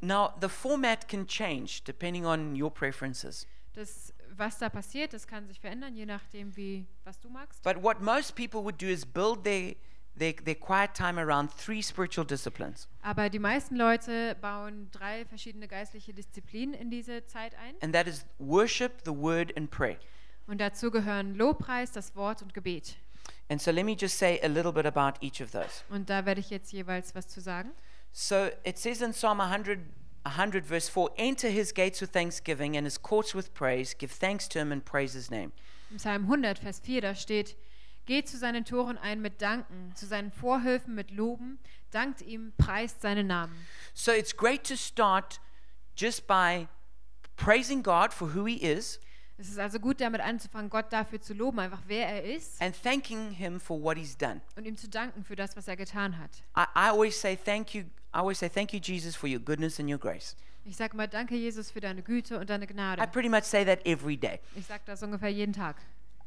Speaker 1: now, the format can change depending on your preferences.
Speaker 2: Das, was da passiert, das kann sich verändern, je nachdem, wie, was du magst.
Speaker 1: But what most people would do is build their, their, their quiet time around three spiritual disciplines.
Speaker 2: Aber die meisten Leute bauen drei verschiedene geistliche Disziplinen in diese Zeit ein.
Speaker 1: and that is worship, the word, and prayer.
Speaker 2: Und dazu gehören Lobpreis, das Wort und Gebet.
Speaker 1: And so let me just say a little bit about each of those.
Speaker 2: Und da werde ich jetzt jeweils was zu sagen.
Speaker 1: So it says in Psalm 100, 100 verse 4 Enter his gates with thanksgiving and his courts with praise. Give thanks to him and praise his name.
Speaker 2: Im Psalm 100, Vers 4, da steht, Geht zu seinen Toren ein mit Danken, zu seinen Vorhöfen mit Loben, dankt ihm, preist seinen Namen.
Speaker 1: So it's great to start just by praising God for who he is
Speaker 2: Es ist also gut, damit anzufangen, Gott dafür zu loben, einfach wer er ist
Speaker 1: and thanking him for what he's done.
Speaker 2: und ihm zu danken für das, was er getan hat.
Speaker 1: I, I always say thank you. I always say thank you, Jesus, for your goodness and your grace.
Speaker 2: Ich sage mal, danke Jesus für deine Güte und deine
Speaker 1: I
Speaker 2: Gnade.
Speaker 1: pretty much say that every day.
Speaker 2: Ich sage das ungefähr jeden Tag.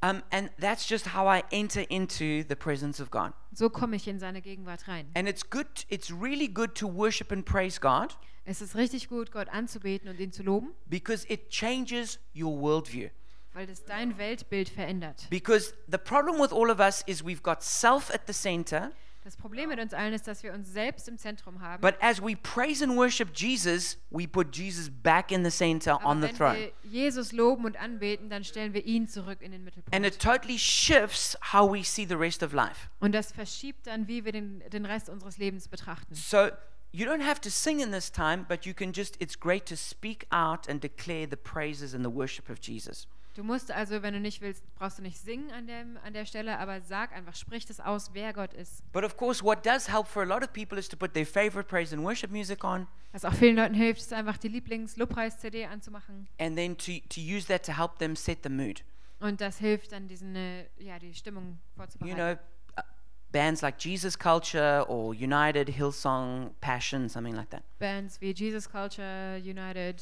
Speaker 1: Um, and that's just how I enter into the presence of God.
Speaker 2: So komme ich in seine Gegenwart rein.
Speaker 1: And it's good, it's really good to worship and praise God
Speaker 2: Es ist richtig gut, Gott anzubeten und ihn zu loben,
Speaker 1: because it changes your worldview.
Speaker 2: weil das dein Weltbild verändert.
Speaker 1: Because the problem with all of us is we've got self at the center,
Speaker 2: Das Problem mit uns allen ist, dass wir uns selbst im Zentrum haben.
Speaker 1: but as we praise and worship Jesus, we put Jesus back in the center
Speaker 2: Aber
Speaker 1: on the
Speaker 2: wenn
Speaker 1: throne.
Speaker 2: wir Jesus loben und anbeten, dann stellen wir ihn zurück in den
Speaker 1: And it
Speaker 2: Mittelpunkt.
Speaker 1: totally shifts how we see the rest of life.
Speaker 2: Und das verschiebt dann, wie wir den, den Rest unseres Lebens betrachten.
Speaker 1: So you don't have to sing in this time, but you can just, it's great to speak out and declare the praises and the worship of Jesus.
Speaker 2: Du musst also, wenn du nicht willst, brauchst du nicht singen an, dem, an der Stelle, aber sag einfach, sprich das aus, wer Gott ist.
Speaker 1: But of course, what does help for a lot of people is to put their favorite praise and worship music on
Speaker 2: Was auch vielen Leuten hilft, ist einfach die Lieblings-Lobpreis-CD anzumachen.
Speaker 1: and then to, to use that to help them set the mood.
Speaker 2: Und das hilft dann, diesen, äh, ja, die Stimmung
Speaker 1: You
Speaker 2: vorzubereiten.
Speaker 1: know, uh, bands like Jesus Culture or United, Hillsong, Passion, something like that.
Speaker 2: Bands wie Jesus Culture, United,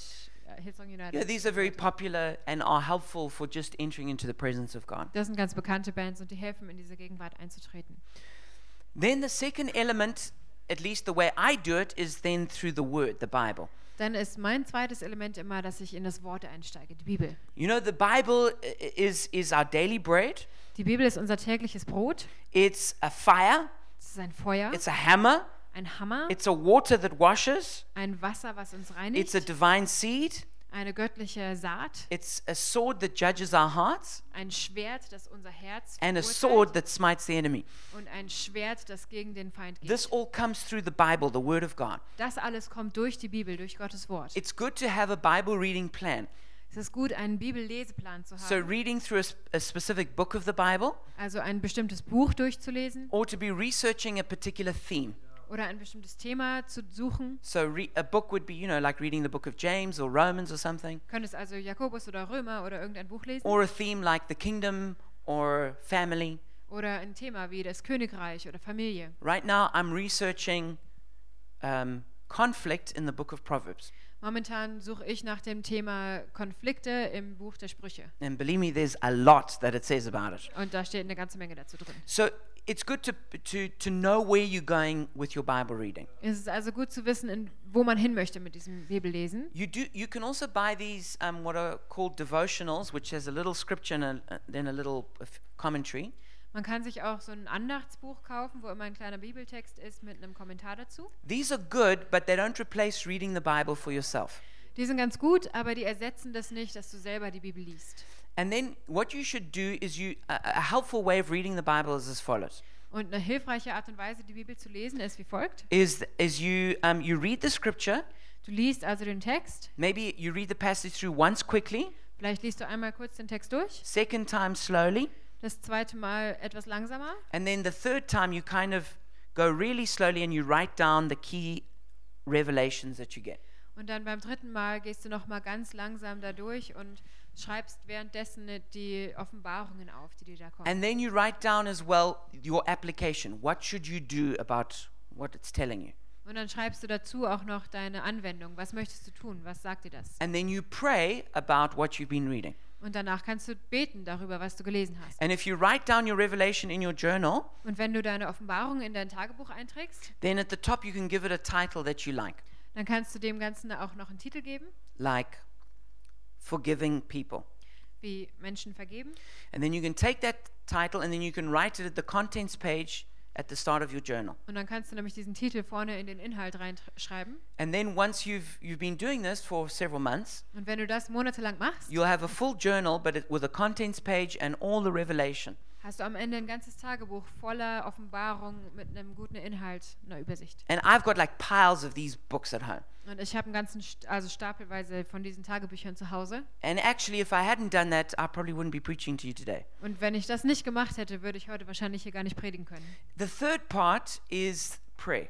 Speaker 2: äh, Hillsong United.
Speaker 1: Yeah, these are very popular and are helpful for just entering into the presence of God.
Speaker 2: das sind ganz bekannte Bands und die helfen, in diese Gegenwart einzutreten.
Speaker 1: Then the second element, at least the way I do it, is then through the Word, the Bible.
Speaker 2: Dann ist mein zweites Element immer, dass ich in das Wort einsteige, die Bibel.
Speaker 1: You know, the Bible i- i- is, is our daily bread,
Speaker 2: Die Bibel ist unser tägliches Brot.
Speaker 1: it's a fire,
Speaker 2: Es ist ein Feuer,
Speaker 1: it's a hammer,
Speaker 2: ein Hammer,
Speaker 1: it's a water that washes.
Speaker 2: ein Wasser, was uns
Speaker 1: It's a
Speaker 2: reinigt,
Speaker 1: divine seed.
Speaker 2: eine göttliche Saat,
Speaker 1: It's a sword that judges our hearts
Speaker 2: ein Schwert, das unser Herz
Speaker 1: and a sword
Speaker 2: verurteilt
Speaker 1: that smites the enemy.
Speaker 2: und ein Schwert, das gegen den Feind geht.
Speaker 1: This all comes through the Bible, the Word of God.
Speaker 2: Das alles kommt durch die Bibel, durch Gottes Wort.
Speaker 1: It's good to have a Bible reading plan.
Speaker 2: Es ist gut, einen Bibelleseplan zu
Speaker 1: So,
Speaker 2: haben,
Speaker 1: reading through a, sp- a specific book of the Bible
Speaker 2: also ein bestimmtes Buch durchzulesen
Speaker 1: or to be researching a particular theme.
Speaker 2: oder ein bestimmtes Thema zu suchen.
Speaker 1: So, re- a book would be, you know, like reading the book of James or Romans or something,
Speaker 2: Könntest also Jakobus oder Römer oder irgendein Buch lesen
Speaker 1: or a theme like the kingdom or family.
Speaker 2: oder ein Thema wie das Königreich oder Familie.
Speaker 1: Right now, I'm researching um, conflict in the book of Proverbs.
Speaker 2: Momentan suche ich nach dem Thema Konflikte im Buch der Sprüche.
Speaker 1: And believe me, there's a lot that it says about it.
Speaker 2: Und da steht eine ganze Menge dazu drin.
Speaker 1: So it's good to, to, to know where you're going with your Bible reading.
Speaker 2: Es ist also gut zu wissen, in, wo man hin möchte mit diesem Bibellesen.
Speaker 1: You, do, you can also buy these, um, what are called devotionals, which has a little scripture and a, a- then a little uh, f- commentary.
Speaker 2: Man kann sich auch so ein Andachtsbuch kaufen, wo immer ein kleiner Bibeltext ist mit einem Kommentar dazu.
Speaker 1: These are good, but they don't replace reading the Bible for yourself.
Speaker 2: Die sind ganz gut, aber die ersetzen das nicht, dass du selber die Bibel liest.
Speaker 1: And then what you should do is you, a, a helpful way of reading the Bible is as follows.
Speaker 2: Und eine hilfreiche Art und Weise, die Bibel zu lesen, ist wie folgt.
Speaker 1: Is, is you, um, you read the scripture,
Speaker 2: Du liest also den Text,
Speaker 1: maybe you read the passage through once quickly,
Speaker 2: vielleicht liest du einmal kurz den Text durch,
Speaker 1: second time slowly,
Speaker 2: das zweite Mal etwas langsamer
Speaker 1: And then the third time, you kind of go really slowly and you write down the key revelations that you get.
Speaker 2: und dann beim dritten Mal gehst du nochmal ganz langsam da durch und schreibst währenddessen ne, die Offenbarungen auf, die dir da kommen.
Speaker 1: And then you write down as well your application. What should you do about what it's telling you?
Speaker 2: Und dann schreibst du dazu auch noch deine Anwendung. Was möchtest du tun? Was sagt dir das?
Speaker 1: And then you pray about what you've been reading.
Speaker 2: Und danach kannst du beten darüber, was du gelesen hast.
Speaker 1: And if you write down your revelation in your journal,
Speaker 2: Und wenn du deine Offenbarung in dein Tagebuch einträgst,
Speaker 1: then at the top you can give it a title that you like,
Speaker 2: dann kannst du dem Ganzen auch noch einen Titel geben,
Speaker 1: like Forgiving People.
Speaker 2: wie Menschen vergeben.
Speaker 1: And then you can take that title and then you can write it at the contents page at the start of your journal.
Speaker 2: Und dann kannst du nämlich diesen Titel vorne in den Inhalt reinschreiben.
Speaker 1: And then once you've you've been doing this for several months,
Speaker 2: Und wenn du das monatelang machst,
Speaker 1: you'll have a full journal but it, with a contents page and all the revelation.
Speaker 2: hast du am Ende ein ganzes Tagebuch voller Offenbarung mit einem guten Inhalt, einer Übersicht.
Speaker 1: And I've got like piles of these books at home.
Speaker 2: Und ich habe einen ganzen, St- also stapelweise von diesen Tagebüchern zu Hause.
Speaker 1: And actually if I hadn't done that, I probably wouldn't be preaching to you today.
Speaker 2: Und wenn ich das nicht gemacht hätte, würde ich heute wahrscheinlich hier gar nicht predigen können.
Speaker 1: The third part is prayer.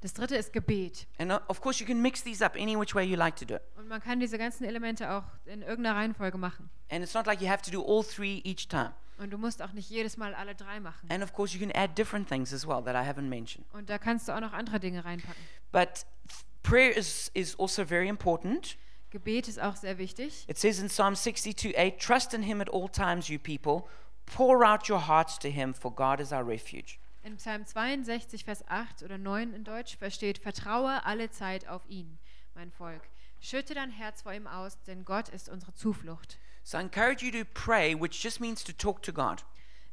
Speaker 2: Das dritte ist Gebet.
Speaker 1: And uh, of course you can mix these up any which way you like to do it.
Speaker 2: Und man kann diese ganzen Elemente auch in irgendeiner Reihenfolge machen.
Speaker 1: And it's not like you have to do all three each time.
Speaker 2: Und du musst auch nicht jedes Mal alle drei machen.
Speaker 1: And of course you can add different things as well that I haven't mentioned.
Speaker 2: Und da kannst du auch noch andere Dinge reinpacken.
Speaker 1: But th- prayer is, is also very important.
Speaker 2: Gebet ist auch sehr wichtig.
Speaker 1: It says in Psalm 62 8, Trust in him at all times, you people. Pour out your hearts to him, for God is our refuge.
Speaker 2: In Psalm 62, Vers 8 oder 9 in Deutsch versteht, vertraue alle Zeit auf ihn, mein Volk. Schütte dein Herz vor ihm aus, denn Gott ist unsere Zuflucht.
Speaker 1: So I encourage you to pray, which just means to talk to God.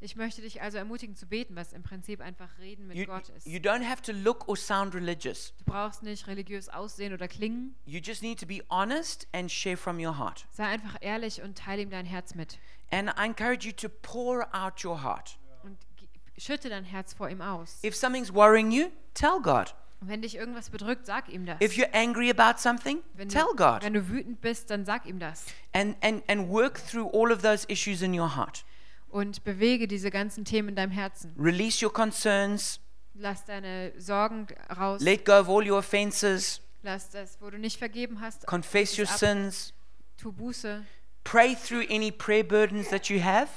Speaker 2: Ich möchte dich also ermutigen zu beten, was im Prinzip einfach Reden mit
Speaker 1: You,
Speaker 2: Gott ist.
Speaker 1: you don't have to look or sound religious.
Speaker 2: du brauchst nicht religiös aussehen oder klingen.
Speaker 1: You just need to be honest and share from your heart.
Speaker 2: Sei einfach ehrlich und teile ihm dein Herz mit.
Speaker 1: And I encourage you to pour out your heart.
Speaker 2: Und gi- schütte dein Herz vor ihm aus.
Speaker 1: If something's worrying you, tell God.
Speaker 2: Und wenn dich irgendwas bedrückt, sag ihm das.
Speaker 1: If you're angry about something,
Speaker 2: Wenn
Speaker 1: tell
Speaker 2: du,
Speaker 1: God.
Speaker 2: wenn du wütend bist, dann sag ihm das.
Speaker 1: And, and, and work through all of those issues in your heart.
Speaker 2: Und bewege diese ganzen Themen in deinem Herzen.
Speaker 1: Release your concerns,
Speaker 2: Lass deine Sorgen raus.
Speaker 1: let go of all your offenses,
Speaker 2: Lass das, wo du nicht vergeben hast,
Speaker 1: confess your
Speaker 2: ab.
Speaker 1: sins,
Speaker 2: tu Buße.
Speaker 1: pray through any prayer burdens that you have.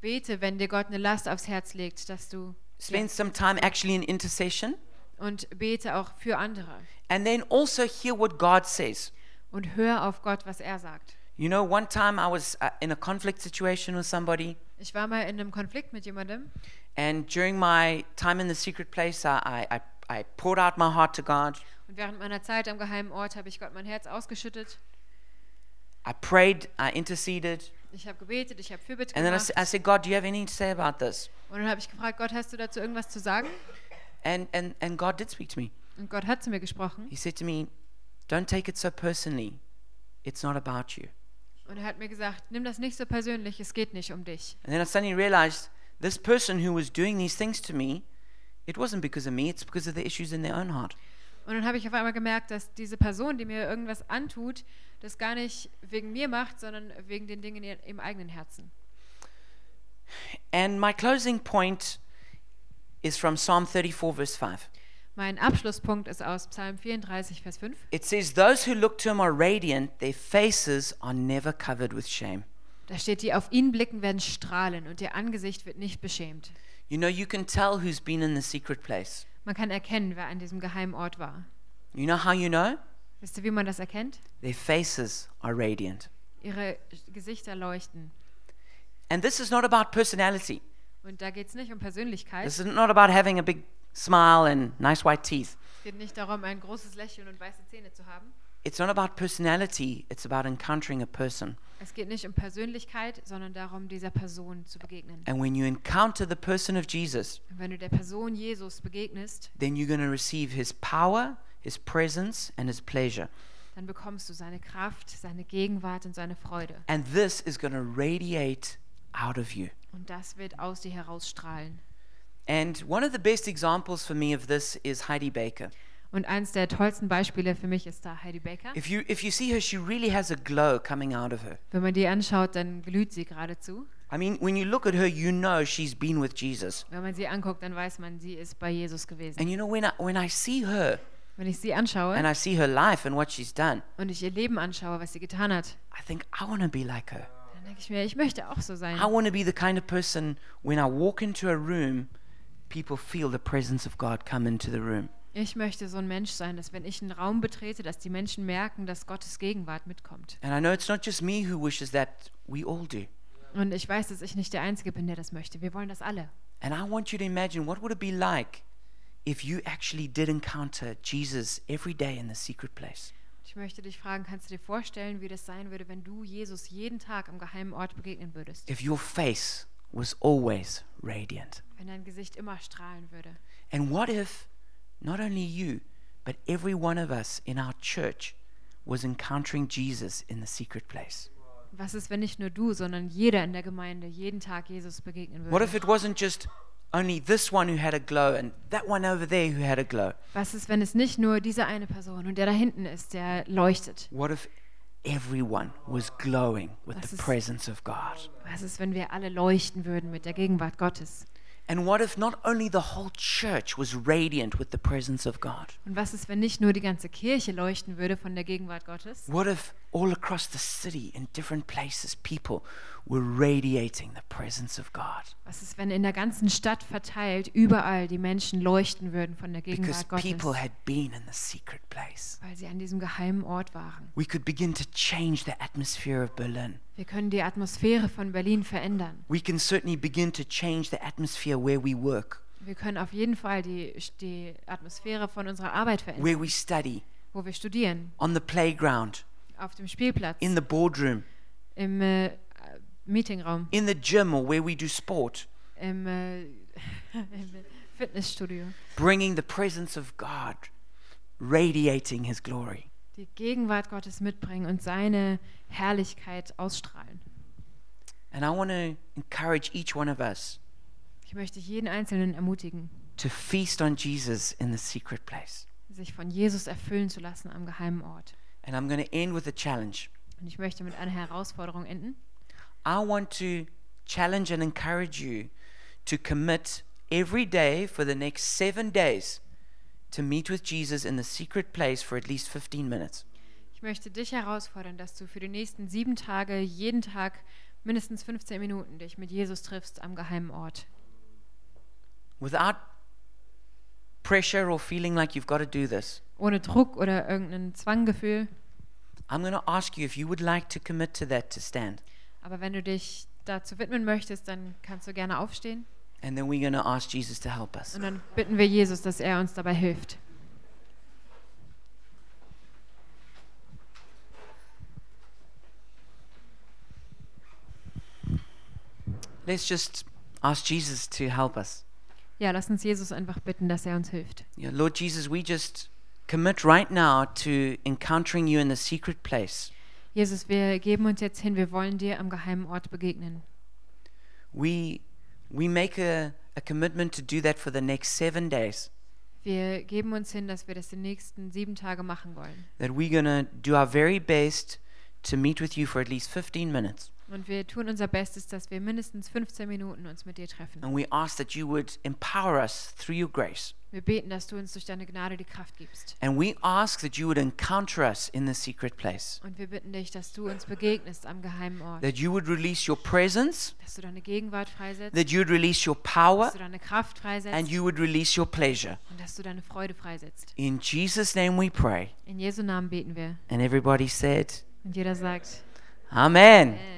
Speaker 2: Bete, wenn dir Gott eine Last aufs Herz legt, dass du
Speaker 1: Spend some time actually in intercession.
Speaker 2: und bete auch für andere
Speaker 1: And then also hear what God says.
Speaker 2: und hör auf Gott, was er sagt.
Speaker 1: You know, one time I was uh, in a conflict situation with somebody,
Speaker 2: Ich war mal in einem Konflikt mit jemandem
Speaker 1: and during my time in the secret place, I, I, I I poured out my heart to God.
Speaker 2: und während meiner Zeit am geheimen Ort habe ich Gott mein Herz ausgeschüttet.
Speaker 1: I prayed, I interceded,
Speaker 2: Ich habe gebetet, ich habe Fürbitte
Speaker 1: and then I, s-
Speaker 2: gemacht
Speaker 1: I said, God, do you have anything to say about this?
Speaker 2: und dann habe ich gefragt, Gott, hast du dazu irgendwas zu sagen?
Speaker 1: And, and, and God did speak to me.
Speaker 2: Und Gott hat zu mir gesprochen
Speaker 1: He said to me, Don't take it so personally. It's not about you.
Speaker 2: und er hat mir gesagt, nimm das nicht so persönlich, es geht nicht um dich.
Speaker 1: And then I suddenly realized this person who was doing these things to me, it wasn't because of me, it's because of the issues in their own heart.
Speaker 2: Und dann habe ich auf einmal gemerkt, dass diese Person, die mir irgendwas antut, das gar nicht wegen mir macht, sondern wegen den Dingen in ihr- im eigenen Herzen.
Speaker 1: And my closing point is from Psalm 34, verse 5.
Speaker 2: Mein Abschlusspunkt ist aus Psalm 34, Vers 5.
Speaker 1: It says, Those who look to him are radiant, their faces are never covered with shame.
Speaker 2: Da steht, die auf ihn blicken werden strahlen und ihr Angesicht wird nicht beschämt.
Speaker 1: You know, you can tell who's been in the secret place.
Speaker 2: Man kann erkennen, wer an diesem geheimen Ort war.
Speaker 1: You know how you know?
Speaker 2: Wisst ihr, wie man das erkennt?
Speaker 1: Their faces are radiant.
Speaker 2: Ihre Gesichter leuchten.
Speaker 1: And this is not about personality.
Speaker 2: Und da geht es nicht um Persönlichkeit.
Speaker 1: This is not about having a big smile and nice white teeth.
Speaker 2: Es geht nicht darum, ein großes Lächeln und weiße Zähne zu haben.
Speaker 1: It's not about personality, it's about encountering a person.
Speaker 2: Es geht nicht um Persönlichkeit, sondern darum, dieser Person zu begegnen.
Speaker 1: And when you encounter the person of Jesus,
Speaker 2: Und wenn du der Person Jesus begegnest,
Speaker 1: then you're going to receive his power, his presence, and his pleasure.
Speaker 2: dann bekommst du seine Kraft, seine Gegenwart und seine Freude.
Speaker 1: And this is going to radiate out of you.
Speaker 2: Und das wird aus dir herausstrahlen.
Speaker 1: And one of the best examples for me of this is Heidi Baker.
Speaker 2: Und eins der tollsten Beispiele für mich ist da Heidi Baker.
Speaker 1: If you if you see her, she really has a glow coming out of her.
Speaker 2: Wenn man die anschaut, dann glüht sie geradezu.
Speaker 1: I mean, when you look at her, you know she's been with Jesus.
Speaker 2: Wenn man sie anguckt, dann weiß man, sie ist bei Jesus gewesen.
Speaker 1: And you know when I, when I see her
Speaker 2: Wenn ich sie anschaue
Speaker 1: and I see her life and what she's done,
Speaker 2: und ich ihr Leben anschaue, was sie getan hat,
Speaker 1: I think I want to be like her.
Speaker 2: dann denke ich mir, ich möchte auch so sein.
Speaker 1: I want to be the kind of person when I walk into a room, people feel the presence of God come into the room.
Speaker 2: Ich möchte so ein Mensch sein, dass wenn ich einen Raum betrete, dass die Menschen merken, dass Gottes Gegenwart mitkommt.
Speaker 1: And I know it's not just me who wishes that, we all do.
Speaker 2: Und ich weiß, dass ich nicht der Einzige bin, der das möchte. Wir wollen das alle.
Speaker 1: And I want you to imagine what would it be like if you actually did encounter Jesus every day in the secret place.
Speaker 2: Ich möchte dich fragen, kannst du dir vorstellen, wie das sein würde, wenn du Jesus jeden Tag am geheimen Ort begegnen würdest?
Speaker 1: If your face was always radiant.
Speaker 2: Wenn dein Gesicht immer strahlen würde.
Speaker 1: And what if not only you, but every one of us in our church was encountering Jesus in the secret place?
Speaker 2: Was ist, wenn nicht nur du, sondern jeder in der Gemeinde jeden Tag Jesus begegnen
Speaker 1: What if it
Speaker 2: würde?
Speaker 1: wasn't just only this one who had a glow and that one over there who had a glow?
Speaker 2: Was ist, wenn es nicht nur diese eine Person und der da hinten ist, der leuchtet?
Speaker 1: What if everyone was glowing with
Speaker 2: This
Speaker 1: the
Speaker 2: is-
Speaker 1: presence of God?
Speaker 2: Was ist, wenn wir alle leuchten würden mit der Gegenwart Gottes?
Speaker 1: And what if not only the whole church was radiant with the presence of God?
Speaker 2: Und was ist, wenn nicht nur die ganze Kirche leuchten würde von der Gegenwart Gottes?
Speaker 1: What if all across the city, in different places, people were radiating the presence of God?
Speaker 2: Was ist, wenn in der ganzen Stadt verteilt überall die Menschen leuchten würden von der
Speaker 1: Because
Speaker 2: Gegenwart Gottes,
Speaker 1: people had been in the secret place.
Speaker 2: weil sie an diesem geheimen Ort waren?
Speaker 1: We could begin to change the atmosphere of Berlin.
Speaker 2: Wir können die Atmosphäre von Berlin verändern.
Speaker 1: We can certainly begin to change the atmosphere where we work,
Speaker 2: Wir können auf jeden Fall die, die Atmosphäre von unserer Arbeit verändern,
Speaker 1: where we study,
Speaker 2: wo wir studieren,
Speaker 1: on the playground,
Speaker 2: auf dem Spielplatz,
Speaker 1: in the boardroom,
Speaker 2: im äh, Meetingraum,
Speaker 1: in the gym, or where we do sport,
Speaker 2: im, äh, (laughs) im Fitnessstudio.
Speaker 1: bringing the presence of God, radiating His glory.
Speaker 2: Die Gegenwart Gottes mitbringen und seine Herrlichkeit ausstrahlen.
Speaker 1: And I want to encourage each one of us
Speaker 2: Ich möchte jeden Einzelnen ermutigen,
Speaker 1: to feast on Jesus in the secret place.
Speaker 2: sich von Jesus erfüllen zu lassen am geheimen Ort.
Speaker 1: And I'm going to end with a challenge.
Speaker 2: Und ich möchte mit einer Herausforderung enden.
Speaker 1: I want to challenge and encourage you to commit every day for the next seven days to meet with Jesus in the secret place for at least 15 minutes.
Speaker 2: Ich möchte dich herausfordern, dass du für die nächsten sieben Tage jeden Tag mindestens 15 Minuten dich mit Jesus triffst am geheimen Ort.
Speaker 1: Without pressure or feeling like you've got to do this,
Speaker 2: Ohne Druck oder irgendein Zwanggefühl.
Speaker 1: I'm going to ask you if you would like to commit to that to stand.
Speaker 2: Aber wenn du dich dazu widmen möchtest, dann kannst du gerne aufstehen.
Speaker 1: And then we're going to ask Jesus to help us.
Speaker 2: Und dann bitten wir Jesus, dass er uns dabei hilft.
Speaker 1: Let's just ask Jesus to help us.
Speaker 2: Ja, lass uns Jesus einfach bitten, dass er uns hilft.
Speaker 1: Yeah, Lord Jesus, we just commit right now to encountering you in the secret place.
Speaker 2: Jesus, wir geben uns jetzt hin, wir wollen dir am geheimen Ort begegnen.
Speaker 1: We we make a, a commitment to do that for the next seven days.
Speaker 2: Wir geben uns hin, dass wir das die nächsten sieben Tage machen wollen.
Speaker 1: That we're gonna do our very best to meet with you for at least 15 minutes.
Speaker 2: Und wir tun unser Bestes, dass wir mindestens 15 Minuten uns mit dir treffen.
Speaker 1: And we ask that you would empower us through your grace.
Speaker 2: Wir beten, dass du uns durch deine Gnade die Kraft gibst.
Speaker 1: And we ask that you would encounter us in the secret place.
Speaker 2: Und wir bitten dich, dass du uns begegnest am geheimen Ort.
Speaker 1: That you would release your presence,
Speaker 2: Dass du deine Gegenwart freisetzt,
Speaker 1: that you would release your power,
Speaker 2: dass du deine Kraft
Speaker 1: and
Speaker 2: freisetzt
Speaker 1: you would release your pleasure.
Speaker 2: und dass du deine Freude freisetzt.
Speaker 1: In Jesus' name we pray.
Speaker 2: In Jesu Namen beten wir.
Speaker 1: And everybody said,
Speaker 2: Und jeder sagt,
Speaker 1: Amen.
Speaker 2: Amen.